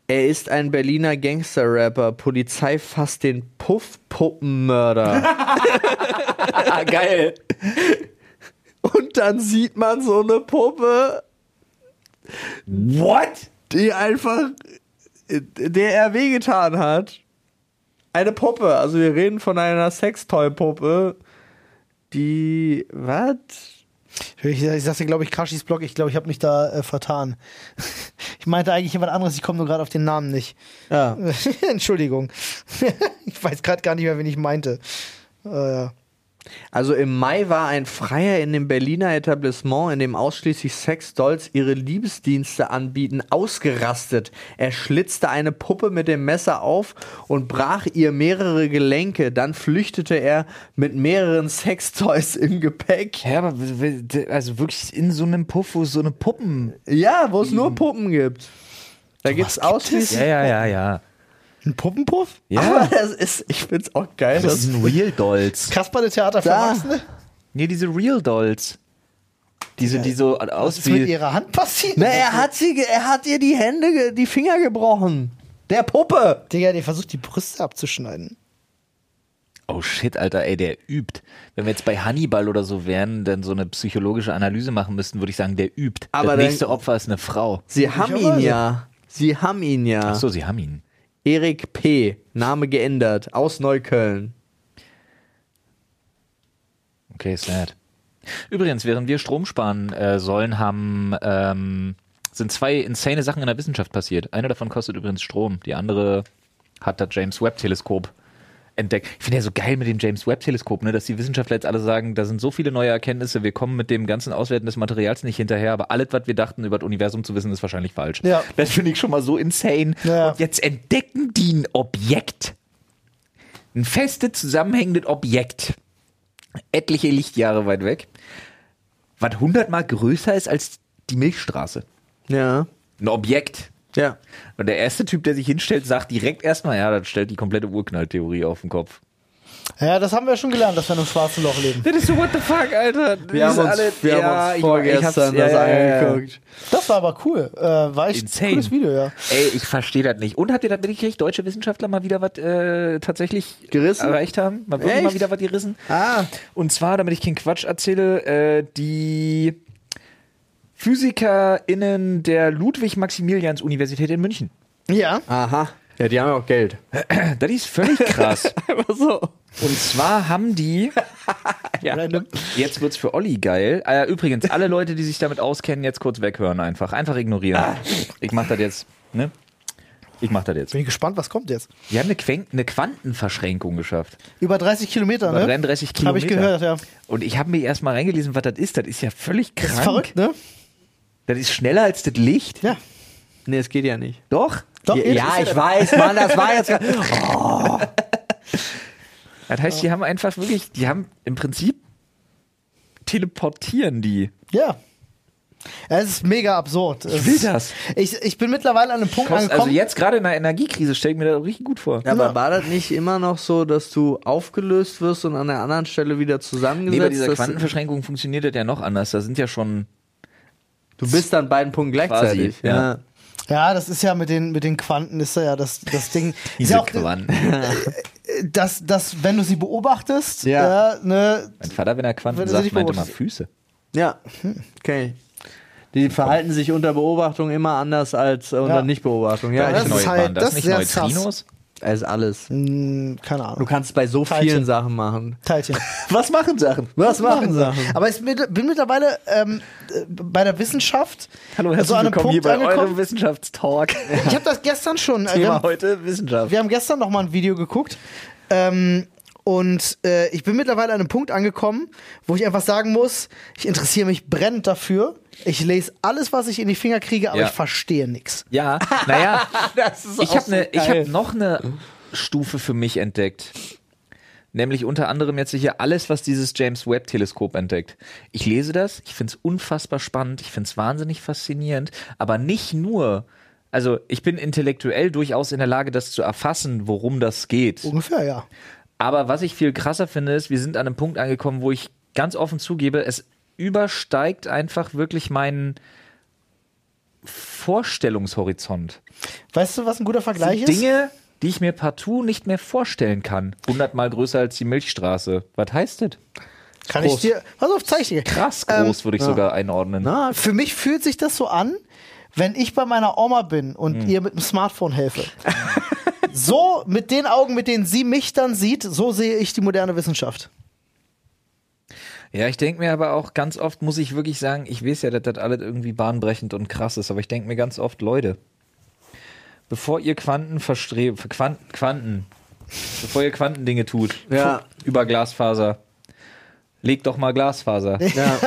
S3: Er ist ein Berliner Gangster-Rapper. Polizei fasst den Puff-Puppenmörder.
S1: Ah, (laughs) geil.
S3: Und dann sieht man so eine Puppe,
S1: What?
S3: die einfach, äh, der er wehgetan hat. Eine Puppe, also wir reden von einer Sextoy-Puppe, die, was?
S2: Ich, ich sagte, glaube ich, Kashis Blog, ich glaube, ich habe mich da äh, vertan. (laughs) Ich meinte eigentlich jemand anderes, ich komme nur gerade auf den Namen nicht. (laughs)
S3: Ja.
S2: Entschuldigung. (laughs) ich weiß gerade gar nicht mehr, wen ich meinte. Äh, ja.
S3: Also im Mai war ein Freier in dem Berliner Etablissement, in dem ausschließlich Sexdolls ihre Liebesdienste anbieten, ausgerastet. Er schlitzte eine Puppe mit dem Messer auf und brach ihr mehrere Gelenke. Dann flüchtete er mit mehreren Sextoys im Gepäck.
S1: Ja, aber w- w- d- also wirklich in so einem Puff, wo es so eine Puppen.
S3: Ja, wo es nur Puppen gibt. Da gibt's
S2: Hm. gibt es?
S3: ausschließlich.
S1: ja, ja, ja.
S2: Ein Puppenpuff?
S1: Ja,
S3: Aber das ist, ich find's auch geil.
S1: das
S3: Das
S1: sind Real Dolls.
S2: Kasperle Theater für
S3: Da.
S2: Erwachsene?
S1: Nee, diese Real Dolls. Diese, die so aus
S2: Was ist mit
S1: wie.
S2: ihrer Hand passiert?
S3: Na, er hat sie, ge- er hat ihr die Hände, ge- die Finger gebrochen. Der Puppe.
S2: Digga, der versucht, die Brüste abzuschneiden.
S1: Oh shit, Alter, ey, der übt. Wenn wir jetzt bei Hannibal oder so wären, dann so eine psychologische Analyse machen müssten, würde ich sagen, der übt.
S3: Aber
S1: das
S3: dann-
S1: nächste Opfer ist eine Frau.
S3: Sie haben ihn
S2: Möglicherweise.
S3: ja. Sie haben ihn ja.
S1: Ach so, sie haben ihn.
S3: Erik P. Name geändert. Aus Neukölln.
S1: Okay, sad. Übrigens, während wir Strom sparen äh, sollen, haben, ähm, sind zwei insane Sachen in der Wissenschaft passiert. Eine davon kostet übrigens Strom, die andere hat das James Webb-Teleskop entdeckt. Ich finde ja so geil mit dem James Webb-Teleskop, ne, dass die Wissenschaftler jetzt alle sagen, da sind so viele neue Erkenntnisse, wir kommen mit dem ganzen Auswerten des Materials nicht hinterher, aber alles, was wir dachten, über das Universum zu wissen, ist wahrscheinlich falsch.
S2: Ja.
S1: Das finde ich schon mal so insane.
S2: Ja.
S1: Und jetzt entdecken die ein Objekt. Ein festes, zusammenhängendes Objekt etliche Lichtjahre weit weg, was hundertmal größer ist als die Milchstraße.
S3: Ja.
S1: Ein Objekt.
S3: Ja.
S1: Und der erste Typ, der sich hinstellt, sagt direkt erstmal, ja, das stellt die komplette Urknalltheorie auf den Kopf.
S2: Ja, das haben wir schon gelernt, dass wir in einem schwarzen Loch leben.
S1: Das ist so, what the fuck, Alter.
S3: Wir haben uns, wir haben uns vorgestern das angeguckt.
S2: Das war aber cool. Äh, war echt
S1: Insane.
S2: ein cooles Video, ja.
S1: Ey, ich verstehe das nicht. Und habt ihr das mitgekriegt? Deutsche Wissenschaftler mal wieder was äh, tatsächlich
S3: Gerissen?
S1: erreicht haben? Mal, wirklich mal
S3: Echt?
S1: wieder was gerissen?
S3: Ah.
S1: Und zwar, damit ich keinen Quatsch erzähle, äh, die PhysikerInnen der Ludwig-Maximilians-Universität in München.
S2: Ja.
S3: Aha. Ja, die haben ja auch Geld.
S1: Das ist völlig
S2: (laughs)
S1: krass.
S3: Einfach so.
S1: Und zwar haben die.
S2: Random.
S1: Jetzt wird's für Olli geil. Ah, ja, übrigens, alle Leute, die sich damit auskennen, jetzt kurz weghören einfach. Einfach ignorieren.
S2: Ah.
S1: Ich mach das jetzt. Ne? Ich mach das jetzt.
S2: Bin ich gespannt, was kommt jetzt.
S1: Die haben eine, Quen eine Quantenverschränkung geschafft.
S2: Über 30 Kilometer,
S1: Über
S2: ne?
S1: 33 Kilometer.
S2: Habe ich gehört, ja.
S1: Und ich habe mir erst mal reingelesen, was das ist. Das ist ja völlig krank.
S2: Das ist verrückt, ne?
S1: Das ist schneller als das Licht.
S2: Ja.
S3: Nee, es geht ja nicht.
S1: Doch.
S2: Doch,
S3: ja,
S2: ihr-
S3: ja, ich weiß, Mann, das war (laughs) jetzt. gar-
S1: Das heißt, die haben einfach wirklich, die haben im Prinzip teleportieren die.
S2: Ja. Es ist mega absurd. Ich
S1: will das.
S2: Ich, ich bin mittlerweile an einem Punkt
S1: Kost, also
S2: angekommen.
S1: jetzt gerade in der Energiekrise stelle ich mir das richtig gut vor.
S3: Ja, aber war das nicht immer noch so, dass du aufgelöst wirst und an der anderen Stelle wieder zusammengesetzt?
S1: Nee, bei dieser
S3: dass-
S1: Quantenverschränkung funktioniert das ja noch anders. Da sind ja schon.
S3: du bist an beiden Punkten gleichzeitig.
S1: Quasi, ja.
S2: ja, das ist ja mit den, mit den Quanten, ist da ja das, das
S1: (laughs)
S2: Ding. ist ja auch, äh,
S1: Quanten.
S2: dass, dass, wenn du sie beobachtest,
S3: Ja.
S2: ja. ne,
S1: Mein Vater, wenn er Quanten
S2: Wenn du sie
S1: sagt,
S2: nicht
S1: meinte mal
S2: beobachtest.
S1: Füße.
S3: Ja, Hm, okay. Die verhalten sich unter Beobachtung immer anders als äh, unter
S2: Ja.
S3: Nichtbeobachtung. Ja,
S2: Das
S1: Gleich
S2: ist
S3: ich-
S1: neu
S2: halt-
S1: waren das,
S2: das
S1: nicht
S2: ist ja krass.
S1: Neutrinos?
S3: als alles.
S2: mh, hm, keine
S3: Du
S2: Ahnung,
S3: kannst es bei so
S2: Teilchen.
S3: vielen Sachen machen.
S2: Teilchen.
S1: (laughs) Was machen Sachen?
S3: Was machen Sachen?
S2: Aber ich mit, bin mittlerweile ähm, äh, bei der Wissenschaft
S1: Hallo, herzlich
S2: so an einem
S1: willkommen
S2: Punkt
S1: hier bei eurem
S2: angekommen.
S1: Wissenschaftstalk.
S2: Ich habe das gestern schon. äh, wir,
S1: Thema
S2: haben,
S1: heute Wissenschaft.
S2: wir haben gestern noch mal ein Video geguckt. Ähm, und äh, ich bin mittlerweile an einem Punkt angekommen, wo ich einfach sagen muss, ich interessiere mich brennend dafür. Ich lese alles, was ich in die Finger kriege, aber
S1: Ja.
S2: ich verstehe nichts.
S1: Ja, naja,
S3: (laughs) Das ist
S1: ich habe ne, ich
S3: geil.
S1: hab noch eine Stufe für mich entdeckt. Nämlich unter anderem jetzt hier alles, was dieses James Webb Teleskop entdeckt. Ich lese das, ich finde es unfassbar spannend, ich finde es wahnsinnig faszinierend, aber nicht nur, Also ich bin intellektuell durchaus in der Lage, das zu erfassen, worum das geht.
S2: Ungefähr, ja.
S1: Aber was ich viel krasser finde, ist, wir sind an einem Punkt angekommen, wo ich ganz offen zugebe, es übersteigt einfach wirklich meinen Vorstellungshorizont.
S2: Weißt du, was ein guter Vergleich ist?
S1: Dinge, die ich mir partout nicht mehr vorstellen kann. Hundertmal größer als die Milchstraße. Was heißt das?
S2: Kann
S1: groß.
S2: ich dir. Pass auf, zeig ich dir.
S1: Krass
S2: Ähm,
S1: groß würde ich sogar einordnen.
S3: Na,
S2: Für mich fühlt sich das so an, wenn ich bei meiner Oma bin
S1: Hm.
S2: und ihr mit dem Smartphone helfe. so mit den Augen, mit denen sie mich dann sieht, so sehe ich die moderne Wissenschaft.
S1: Ja, ich denke mir aber auch ganz oft, muss ich wirklich sagen, ich weiß ja, dass das alles irgendwie bahnbrechend und krass ist, aber ich denke mir ganz oft, Leute, bevor ihr Quanten verstrebt, Quanten, Quanten, bevor ihr Quantendinge tut,
S3: Ja.
S1: über Glasfaser, legt doch mal
S2: (laughs)
S1: Glasfaser. Ja.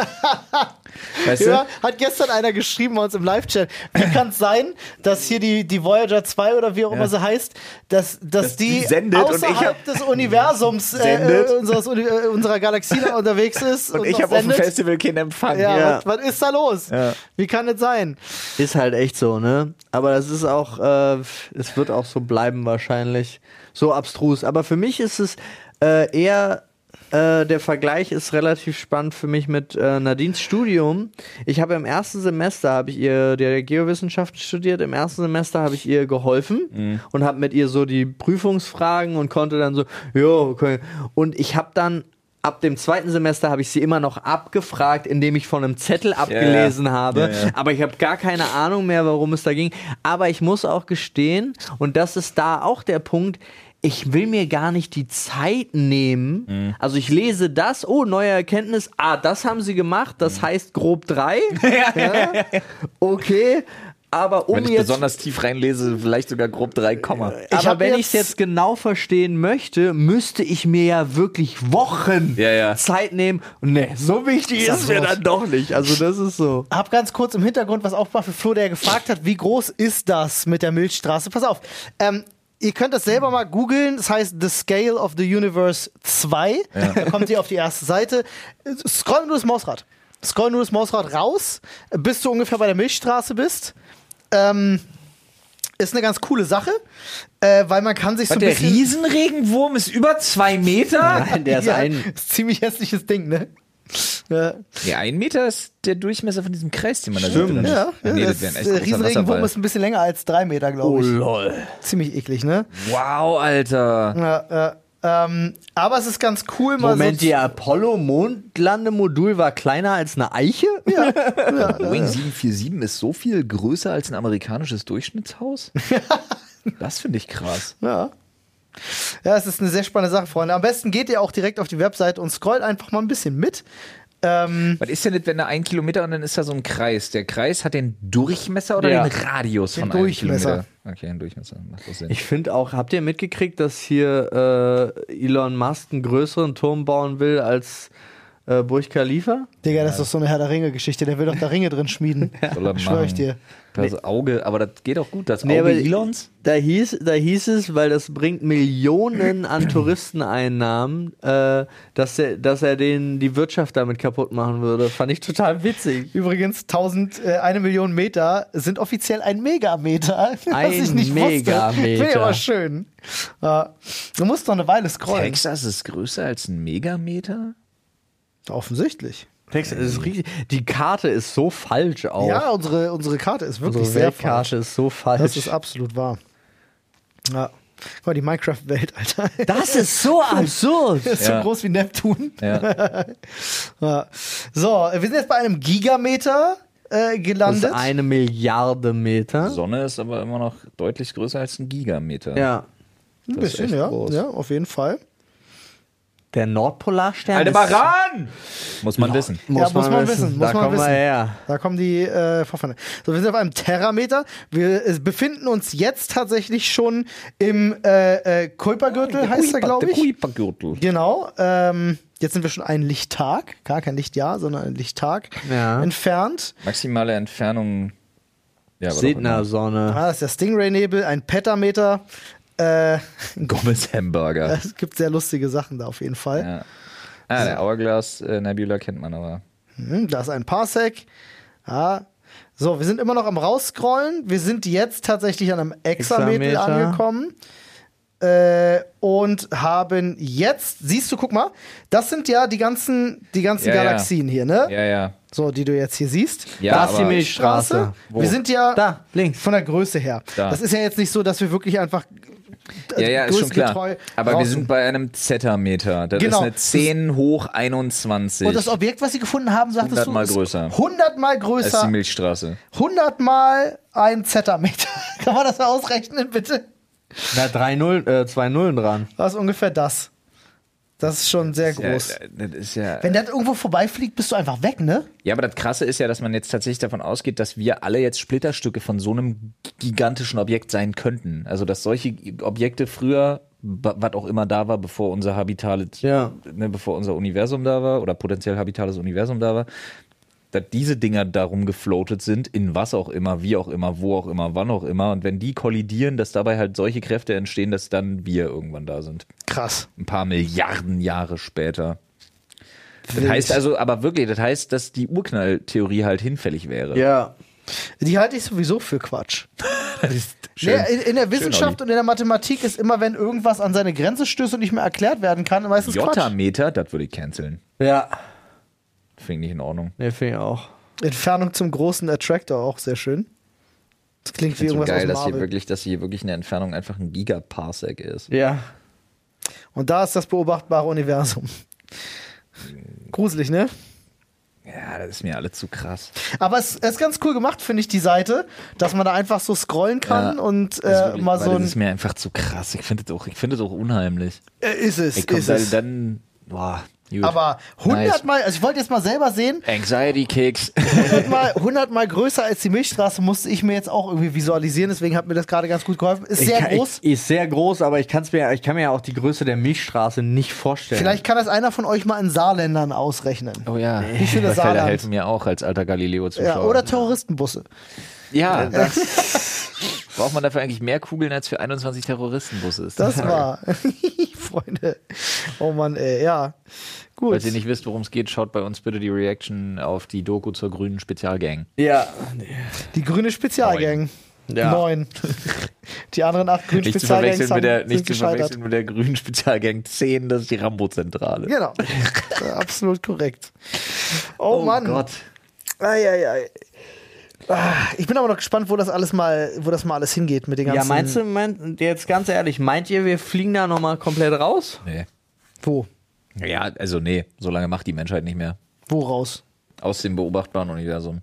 S1: Weißt
S2: Ja,
S1: du?
S2: hat gestern einer geschrieben bei uns im Live-Chat. Wie kann es sein, dass hier die, die Voyager 2 oder wie auch immer sie heißt, dass, dass, die,
S1: die sendet und ich
S2: außerhalb des Universums äh,
S1: Sendet.
S2: äh, unseres, Uni- äh, unserer Galaxie da unterwegs ist?
S1: (laughs) Und ich
S2: noch
S1: habe auf dem
S2: sendet?
S1: Festival keinen Empfang.
S2: Ja,
S3: Ja.
S2: Was, was ist da los?
S1: Ja.
S2: Wie kann das sein?
S3: Ist halt echt so, ne? Aber das ist auch, äh, es wird auch so bleiben wahrscheinlich. So abstrus. Aber für mich ist es äh, eher, äh, der Vergleich ist relativ spannend für mich mit äh, Nadines Studium. Ich habe im ersten Semester, habe ich ihr der Geowissenschaft studiert, im ersten Semester habe ich ihr geholfen
S1: Mhm.
S3: und habe mit ihr so die Prüfungsfragen und konnte dann so, jo, okay. Und ich habe dann... Ab dem zweiten Semester habe ich sie immer noch abgefragt, indem ich von einem Zettel abgelesen habe.
S1: Ja, ja.
S3: Aber ich habe gar keine Ahnung mehr, warum es da ging. Aber ich muss auch gestehen, und das ist da auch der Punkt, ich will mir gar nicht die Zeit nehmen.
S1: Mhm.
S3: Also ich lese das, oh, neue Erkenntnis, ah, das haben sie gemacht, das
S1: Mhm.
S3: heißt
S1: (laughs)
S3: grob drei. ja. Okay, aber um
S1: Wenn ich
S3: jetzt...
S1: besonders tief reinlese, vielleicht sogar grob drei Komma.
S2: Ich hab
S3: aber wenn ich es
S2: jetzt-
S3: jetzt genau verstehen möchte, müsste ich mir ja wirklich Wochen
S1: Ja, ja.
S3: Zeit nehmen. Nee, so wichtig ist mir dann doch nicht. Also das ist so.
S2: Hab ganz kurz im Hintergrund was aufgemacht für Flo, der gefragt hat, wie groß ist das mit der Milchstraße? Pass auf. Ähm, ihr könnt das selber mal googeln. Das heißt The Scale of the Universe 2. Da kommt ihr auf die erste Seite. Scroll nur das Mausrad. Scroll nur das Mausrad raus, bis du ungefähr bei der Milchstraße bist. Ähm, ist eine ganz coole Sache, äh, weil man kann sich so ein
S1: Der
S2: bisschen...
S1: Riesenregenwurm ist über zwei Meter?
S3: Nein, der ist
S2: (laughs) Ja,
S3: ein...
S2: ist ziemlich hässliches Ding, ne? Ja.
S1: Ja, ein Meter ist der Durchmesser von diesem Kreis, den man da sieht. oder nicht?
S2: Ja, ja
S1: nee,
S2: das,
S1: das wäre ein echt großer
S2: äh,
S1: Oh,
S2: Riesenregenwurm
S1: Wasserfall.
S2: ist ein bisschen länger als drei Meter, glaube ich.
S3: Oh, lol.
S2: Ziemlich eklig, ne?
S1: Wow, Alter.
S2: Ja, ja, ähm, aber es ist ganz cool, mal
S3: Moment,
S2: so.
S3: die Apollo-Mondlandemodul war kleiner als eine Eiche?
S1: Boeing 747 ist so viel größer als ein amerikanisches
S2: (laughs)
S1: Durchschnittshaus? Das finde ich krass.
S2: Ja. ja, es ist eine sehr spannende Sache, Freunde. Am besten geht ihr auch direkt auf die Webseite und scrollt einfach mal ein bisschen mit. Ähm,
S1: Was ist denn das, wenn da ein Kilometer und dann ist da so ein Kreis? Der Kreis hat den Durchmesser oder
S3: Ja.
S1: den Radius
S2: Den
S1: von einem
S2: Durchmesser.
S1: Kilometer? Okay, den Durchmesser. Macht doch Sinn.
S3: Ich finde auch, habt ihr mitgekriegt, dass hier äh, Elon Musk einen größeren Turm bauen will als äh, Burj Khalifa?
S2: Digga, das ist doch so eine Herr der Ringe-Geschichte. Der will doch da Ringe drin schmieden.
S3: (laughs)
S1: Soll er
S2: Schwör ich
S1: machen.
S2: dir.
S1: Das Auge, aber das geht auch gut. Das
S3: Nee,
S1: Auge
S3: aber-
S1: Elons?
S3: Da hieß, da hieß es, weil das bringt Millionen an Touristeneinnahmen, äh, dass, er, dass er denen die Wirtschaft damit kaputt machen würde. Fand ich total witzig.
S2: Übrigens, 1000, äh, eine Million Meter sind offiziell ein Megameter. (laughs) was ich
S3: Ein
S2: nicht wusste. Finde ich
S3: Megameter.
S2: aber schön. Ja. du musst doch eine Weile scrollen.
S1: Texas ist größer als ein Megameter?
S2: Offensichtlich.
S3: Text, es ist richtig, die Karte ist so falsch auch.
S2: Ja, unsere, unsere Karte ist wirklich
S3: Unsere
S2: sehr falsch.
S3: Weltkarte ist so falsch.
S2: Das ist absolut wahr. Ja. Guck mal, die Minecraft-Welt, Alter. (laughs)
S3: das ist so absurd.
S2: ist so
S1: Ja.
S2: groß wie Neptun.
S1: Ja.
S2: Ja. So, wir sind jetzt bei einem Gigameter äh,
S3: Das ist
S2: gelandet.
S3: eine Milliarde Meter.
S1: Sonne ist aber immer noch deutlich größer als ein Gigameter.
S3: Ja.
S2: Ein
S1: das ist
S2: bisschen,
S1: echt
S2: ja.
S1: groß.
S2: Ja, auf jeden Fall.
S3: Der Nordpolarstern.
S1: Eine
S3: ist-
S1: Baran! Muss man wissen.
S2: Ja, muss man wissen, muss
S3: da
S2: man
S3: kommen
S2: wissen.
S3: wir her.
S2: Da kommen die äh, Vorfahren. So, wir sind auf einem Terrameter. Wir äh, befinden uns jetzt tatsächlich schon im äh, äh, Kuipergürtel, heißt er, glaube
S1: Der
S2: ich.
S1: Kuipergürtel.
S2: Genau. Ähm, jetzt sind wir schon einen Lichttag, gar kein Lichtjahr, sondern einen Lichttag
S3: Ja.
S2: entfernt.
S1: Maximale Entfernung. Ja, aber
S3: Sedna
S1: doch ne.
S3: Sonne.
S2: Ah, das ist der Stingray-Nebel, ein Petameter. Äh, (laughs)
S1: immer. Gomez Hamburger.
S2: es gibt sehr lustige Sachen da auf jeden Fall.
S1: (laughs) Ja. Ah, der Hourglass äh, Nebula kennt man aber.
S2: Hm, da ist ein Parsec. Ja. So, wir sind immer noch am Rausscrollen. Wir sind jetzt tatsächlich an einem Hexameter,
S3: Hexameter.
S2: angekommen. Äh, und haben jetzt, siehst du, guck mal, das sind ja die ganzen, die ganzen
S1: Ja, ja.
S2: Galaxien hier, ne?
S1: Ja, ja.
S2: So, die du jetzt hier siehst.
S1: Ja,
S3: da ist die
S1: aber-
S3: Milchstraße.
S2: Wir sind ja
S3: Da, links.
S2: von der Größe her.
S1: Da.
S2: Das ist ja jetzt nicht so, dass wir wirklich einfach
S1: Ja, ja, ist schon
S2: Also größengetreu
S1: klar. Aber wir
S2: raus-
S1: sind bei einem Zetameter. Das
S2: Genau.
S1: ist eine 10 hoch 21.
S2: Und das Objekt, was sie gefunden haben, sagtest
S1: 100 mal
S2: du,
S1: größer.
S2: 100 mal
S1: das ist die
S2: größer,
S1: Milchstraße.
S2: 100 mal ein Zetameter. (laughs) Kann man das mal ausrechnen, bitte?
S3: Da drei Null, äh, zwei Nullen dran.
S2: Das ist ungefähr das. Das ist schon sehr groß.
S1: Ja, das ist ja,
S2: Wenn das irgendwo vorbeifliegt, bist du einfach weg, ne?
S1: ja, aber das Krasse ist ja, dass man jetzt tatsächlich davon ausgeht, dass wir alle jetzt Splitterstücke von so einem gigantischen Objekt sein könnten. Also, dass solche Objekte früher, wa- was auch immer da war, bevor unser Habitat,
S3: Ja.
S1: ne, bevor unser Universum da war oder potenziell habitales Universum da war, dass diese Dinger darum gefloatet sind, in was auch immer, wie auch immer, wo auch immer, wann auch immer. Und wenn die kollidieren, dass dabei halt solche Kräfte entstehen, dass dann wir irgendwann da sind.
S2: Krass.
S1: ein paar Milliarden Jahre später. Das
S2: Wild.
S1: heißt also, aber wirklich, das heißt, dass die Urknalltheorie halt hinfällig wäre.
S3: Ja.
S2: Die halte ich sowieso für Quatsch.
S1: (laughs) das ist
S2: Nee, in, in der Wissenschaft und in der Mathematik ist immer, wenn irgendwas an seine Grenze stößt und nicht mehr erklärt werden kann, meistens Quatsch.
S1: Jotta-Meter, das würde ich canceln.
S3: Ja.
S1: Finde ich nicht in Ordnung.
S3: Ne, finde ich auch.
S2: Entfernung zum großen Attractor auch sehr schön. Das klingt wie
S1: Ich so
S2: irgendwas
S1: geil,
S2: aus
S1: dass hier,
S2: Marvel.
S1: wirklich, dass hier wirklich eine Entfernung einfach ein Gigaparsec ist.
S3: Ja.
S2: Und da ist das
S1: (laughs)
S2: beobachtbare Universum. Gruselig, ne?
S1: Ja, das ist mir alle zu krass.
S2: Aber es es ist ganz cool gemacht, finde ich, die Seite, dass man da einfach so scrollen kann
S1: Ja,
S2: und
S1: Das ist
S2: äh,
S1: wirklich-
S2: mal
S1: weil
S2: so
S1: das
S2: ein.
S1: ist mir einfach zu krass. Ich finde das auch, ich finde das auch unheimlich.
S2: Äh, ist es,
S1: Ich komm,
S2: ist
S1: dann,
S2: es.
S1: dann, boah, gut.
S2: Aber
S1: Nice.
S2: 100 Mal, also ich wollte jetzt mal selber sehen,
S1: Anxiety Kicks.
S2: 100 mal, 100 mal größer als die Milchstraße musste ich mir jetzt auch irgendwie visualisieren, deswegen hat mir das gerade ganz gut geholfen. Ist sehr
S3: ich, kann-
S2: groß.
S3: Ich, ist sehr groß, aber ich, kann's mir, ich kann mir ja auch die Größe der Milchstraße nicht vorstellen.
S2: Vielleicht kann das einer von euch mal in saarländern ausrechnen.
S1: Oh ja,
S2: Wie viele
S1: Felder
S2: Saarland?
S1: helfen mir auch als alter Galileo-Zuschauer.
S2: Ja, oder Terroristenbusse. (laughs)
S1: Ja, Äh, braucht man dafür eigentlich mehr Kugeln als für 21 Terroristenbusse. Ist die
S2: Das
S1: Frage.
S2: war. (laughs) Freunde. Oh Mann, ey, ja. Gut.
S1: Falls ihr nicht wisst, worum es geht, schaut bei uns bitte die Reaction auf die Doku zur grünen Spezialgang.
S3: Ja.
S2: Die grüne Spezialgang.
S3: Ja.
S2: Neun. Die anderen acht grünen
S1: Nicht zu
S2: Spezialgangs
S1: verwechseln mit der,
S2: haben-
S1: nicht
S2: sind
S1: zu
S2: gescheitert.
S1: verwechseln mit der grünen Spezialgang 10, das ist die Rambo-Zentrale.
S2: Genau.
S1: (laughs)
S2: Ja, Absolut korrekt. Oh, Mann.
S3: Gott.
S2: Ei, ei, ei. Ah, Ich bin aber noch gespannt, wo das alles mal, wo das mal alles hingeht mit den ganzen.
S3: Ja, meinst du, meint, jetzt ganz ehrlich, meint ihr, wir fliegen da nochmal komplett raus?
S1: Nee.
S2: Wo?
S1: Ja, also nee, so lange macht die Menschheit nicht mehr.
S2: Wo raus?
S1: Aus dem beobachtbaren Universum.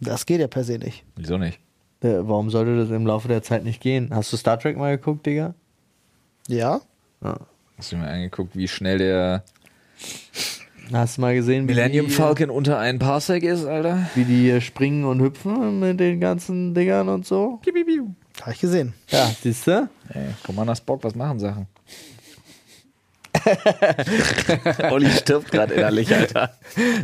S2: Das geht ja per se nicht.
S1: Wieso nicht?
S3: Äh, warum sollte das im Laufe der Zeit nicht gehen? Hast du Star Trek mal geguckt, Digga?
S2: Ja?
S1: Hast du mir angeguckt, wie schnell der
S3: Hast du mal gesehen, wie,
S1: Millennium
S3: die,
S1: Falcon unter einen Parsec ist, Alter?
S3: wie die äh, springen und hüpfen mit den ganzen Dingern und so?
S2: Habe ich gesehen.
S3: Ja, siehst du?
S1: Ey, Commander Spock, was machen Sachen? (laughs) Olli stirbt gerade innerlich, Alter.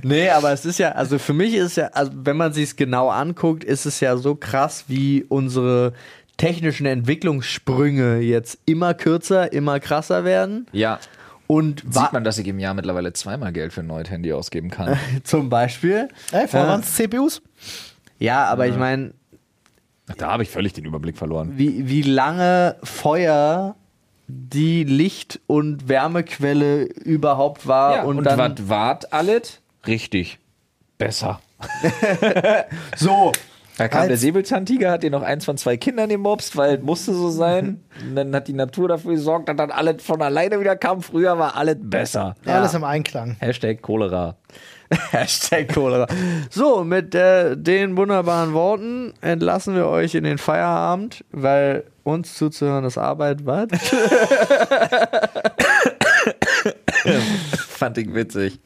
S3: Nee, aber es ist ja, also für mich ist ja, also wenn man sich es genau anguckt, ist es ja so krass, wie unsere technischen Entwicklungssprünge jetzt immer kürzer, immer krasser werden.
S1: Ja.
S3: Und wa-
S1: Sieht man, dass ich im Jahr mittlerweile zweimal Geld für ein neues Handy ausgeben kann.
S3: (laughs) zum Beispiel.
S2: Ey, vorher
S3: Ja.
S2: waren es CPUs.
S3: Ja, aber ich meine,
S1: Ach, Da habe ich völlig den Überblick verloren.
S3: wie, wie lange Feuer die Licht- und Wärmequelle überhaupt war
S1: Ja,
S3: und, dann
S1: wat wart alles? Richtig. (laughs) Besser.
S3: so.
S1: Da kam
S2: Als-
S1: der Säbelzahntiger, hat dir noch eins von zwei Kindern gemobst, weil es musste so sein. Und dann hat die Natur dafür gesorgt, dass dann alles von alleine wieder kam. Früher war alles besser.
S2: Alles im Einklang.
S1: Hashtag Cholera.
S3: Hashtag Cholera. So, mit äh, den wunderbaren Worten entlassen wir euch in den Feierabend, weil uns zuzuhören ist Arbeit, was?
S1: Fand ich witzig.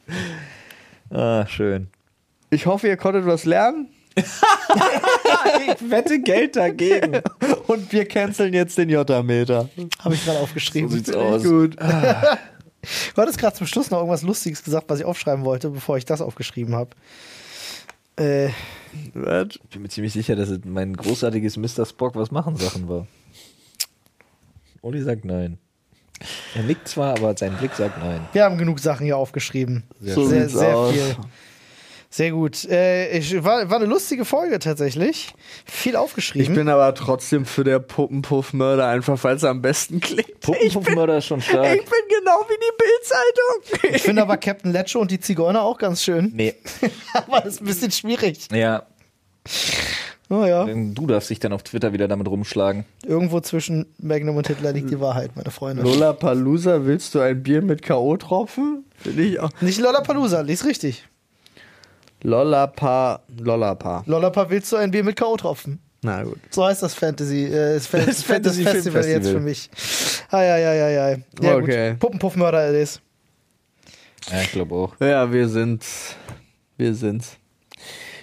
S1: Ah, schön.
S3: Ich hoffe, ihr konntet was lernen
S1: Ich wette Geld dagegen.
S3: und wir canceln jetzt den Jotta-Meter.
S2: Habe ich gerade aufgeschrieben.
S1: So sieht's aus.
S3: Gut.
S2: Du hattest gerade zum Schluss noch irgendwas Lustiges gesagt, was ich aufschreiben wollte, bevor ich das aufgeschrieben habe. Äh,
S3: Was?
S1: Ich bin mir ziemlich sicher, dass es mein großartiges Mr. Spock was machen Sachen war. Olli sagt nein. Er nickt zwar, aber sein Blick sagt nein.
S2: wir haben genug Sachen hier aufgeschrieben.
S3: So
S2: sehr,
S3: sieht's
S2: sehr
S3: aus.
S2: viel. Sehr gut. Äh, ich, war, war eine lustige Folge tatsächlich. Viel aufgeschrieben.
S3: Ich bin aber trotzdem für der Puppenpuffmörder, einfach weil es am besten klingt.
S1: Puppenpuffmörder ist schon stark.
S3: Ich bin genau wie die (laughs) Bildzeitung.
S2: Ich finde aber Captain Lecho und die Zigeuner auch ganz schön. (laughs)
S1: Nee.
S2: aber das ist ein bisschen schwierig.
S1: Ja,
S2: Naja,
S1: du darfst dich dann auf Twitter wieder damit rumschlagen.
S2: irgendwo zwischen Magnum und Hitler liegt die Wahrheit, meine Freunde.
S3: Lola Palusa, willst du ein Bier mit K.O.-Tropfen? Finde ich auch.
S2: Nicht Lollapalooza, lies richtig.
S3: Lollapa, Lollapa.
S2: Lollapa willst du ein Bier mit K.O.-Tropfen?
S3: Na gut.
S2: So heißt das Fantasy, äh, das Fan-
S3: (laughs) Das
S2: Fantasy
S3: Fantasy
S2: Festival,
S3: Filmfestival.
S2: jetzt für mich. Ei, ei, ei, ei, ei. Ja,
S3: Okay.
S2: gut. Puppenpuffmörder, Alice.
S1: Ja, ich glaube auch.
S3: Ja, wir sind's. Wir sind's.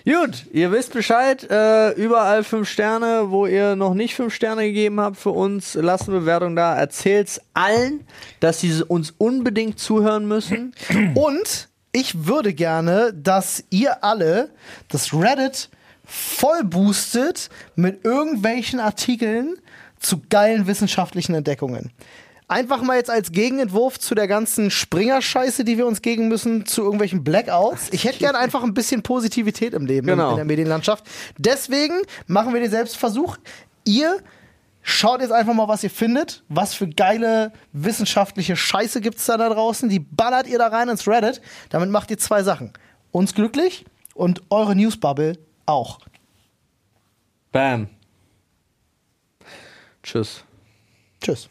S3: Gut, ihr wisst Bescheid. Äh, überall fünf Sterne, wo ihr noch nicht fünf Sterne gegeben habt für uns, lasst eine Bewertung da. Erzählt's allen, dass sie uns unbedingt zuhören müssen.
S2: Und ich würde gerne, dass ihr alle das Reddit voll boostet mit irgendwelchen Artikeln zu geilen wissenschaftlichen Entdeckungen. Einfach mal jetzt als Gegenentwurf zu der ganzen Springer-Scheiße, die wir uns gegen müssen, zu irgendwelchen Blackouts. Ich hätte gerne einfach ein bisschen Positivität im Leben
S3: Genau.
S2: in der Medienlandschaft. Deswegen machen wir den Selbstversuch. Ihr Schaut jetzt einfach mal, was ihr findet. Was für geile wissenschaftliche Scheiße gibt's da da draußen? Die ballert ihr da rein ins Reddit. Damit macht ihr zwei Sachen. Uns glücklich und eure Newsbubble auch.
S3: Bam. Tschüss.
S2: Tschüss.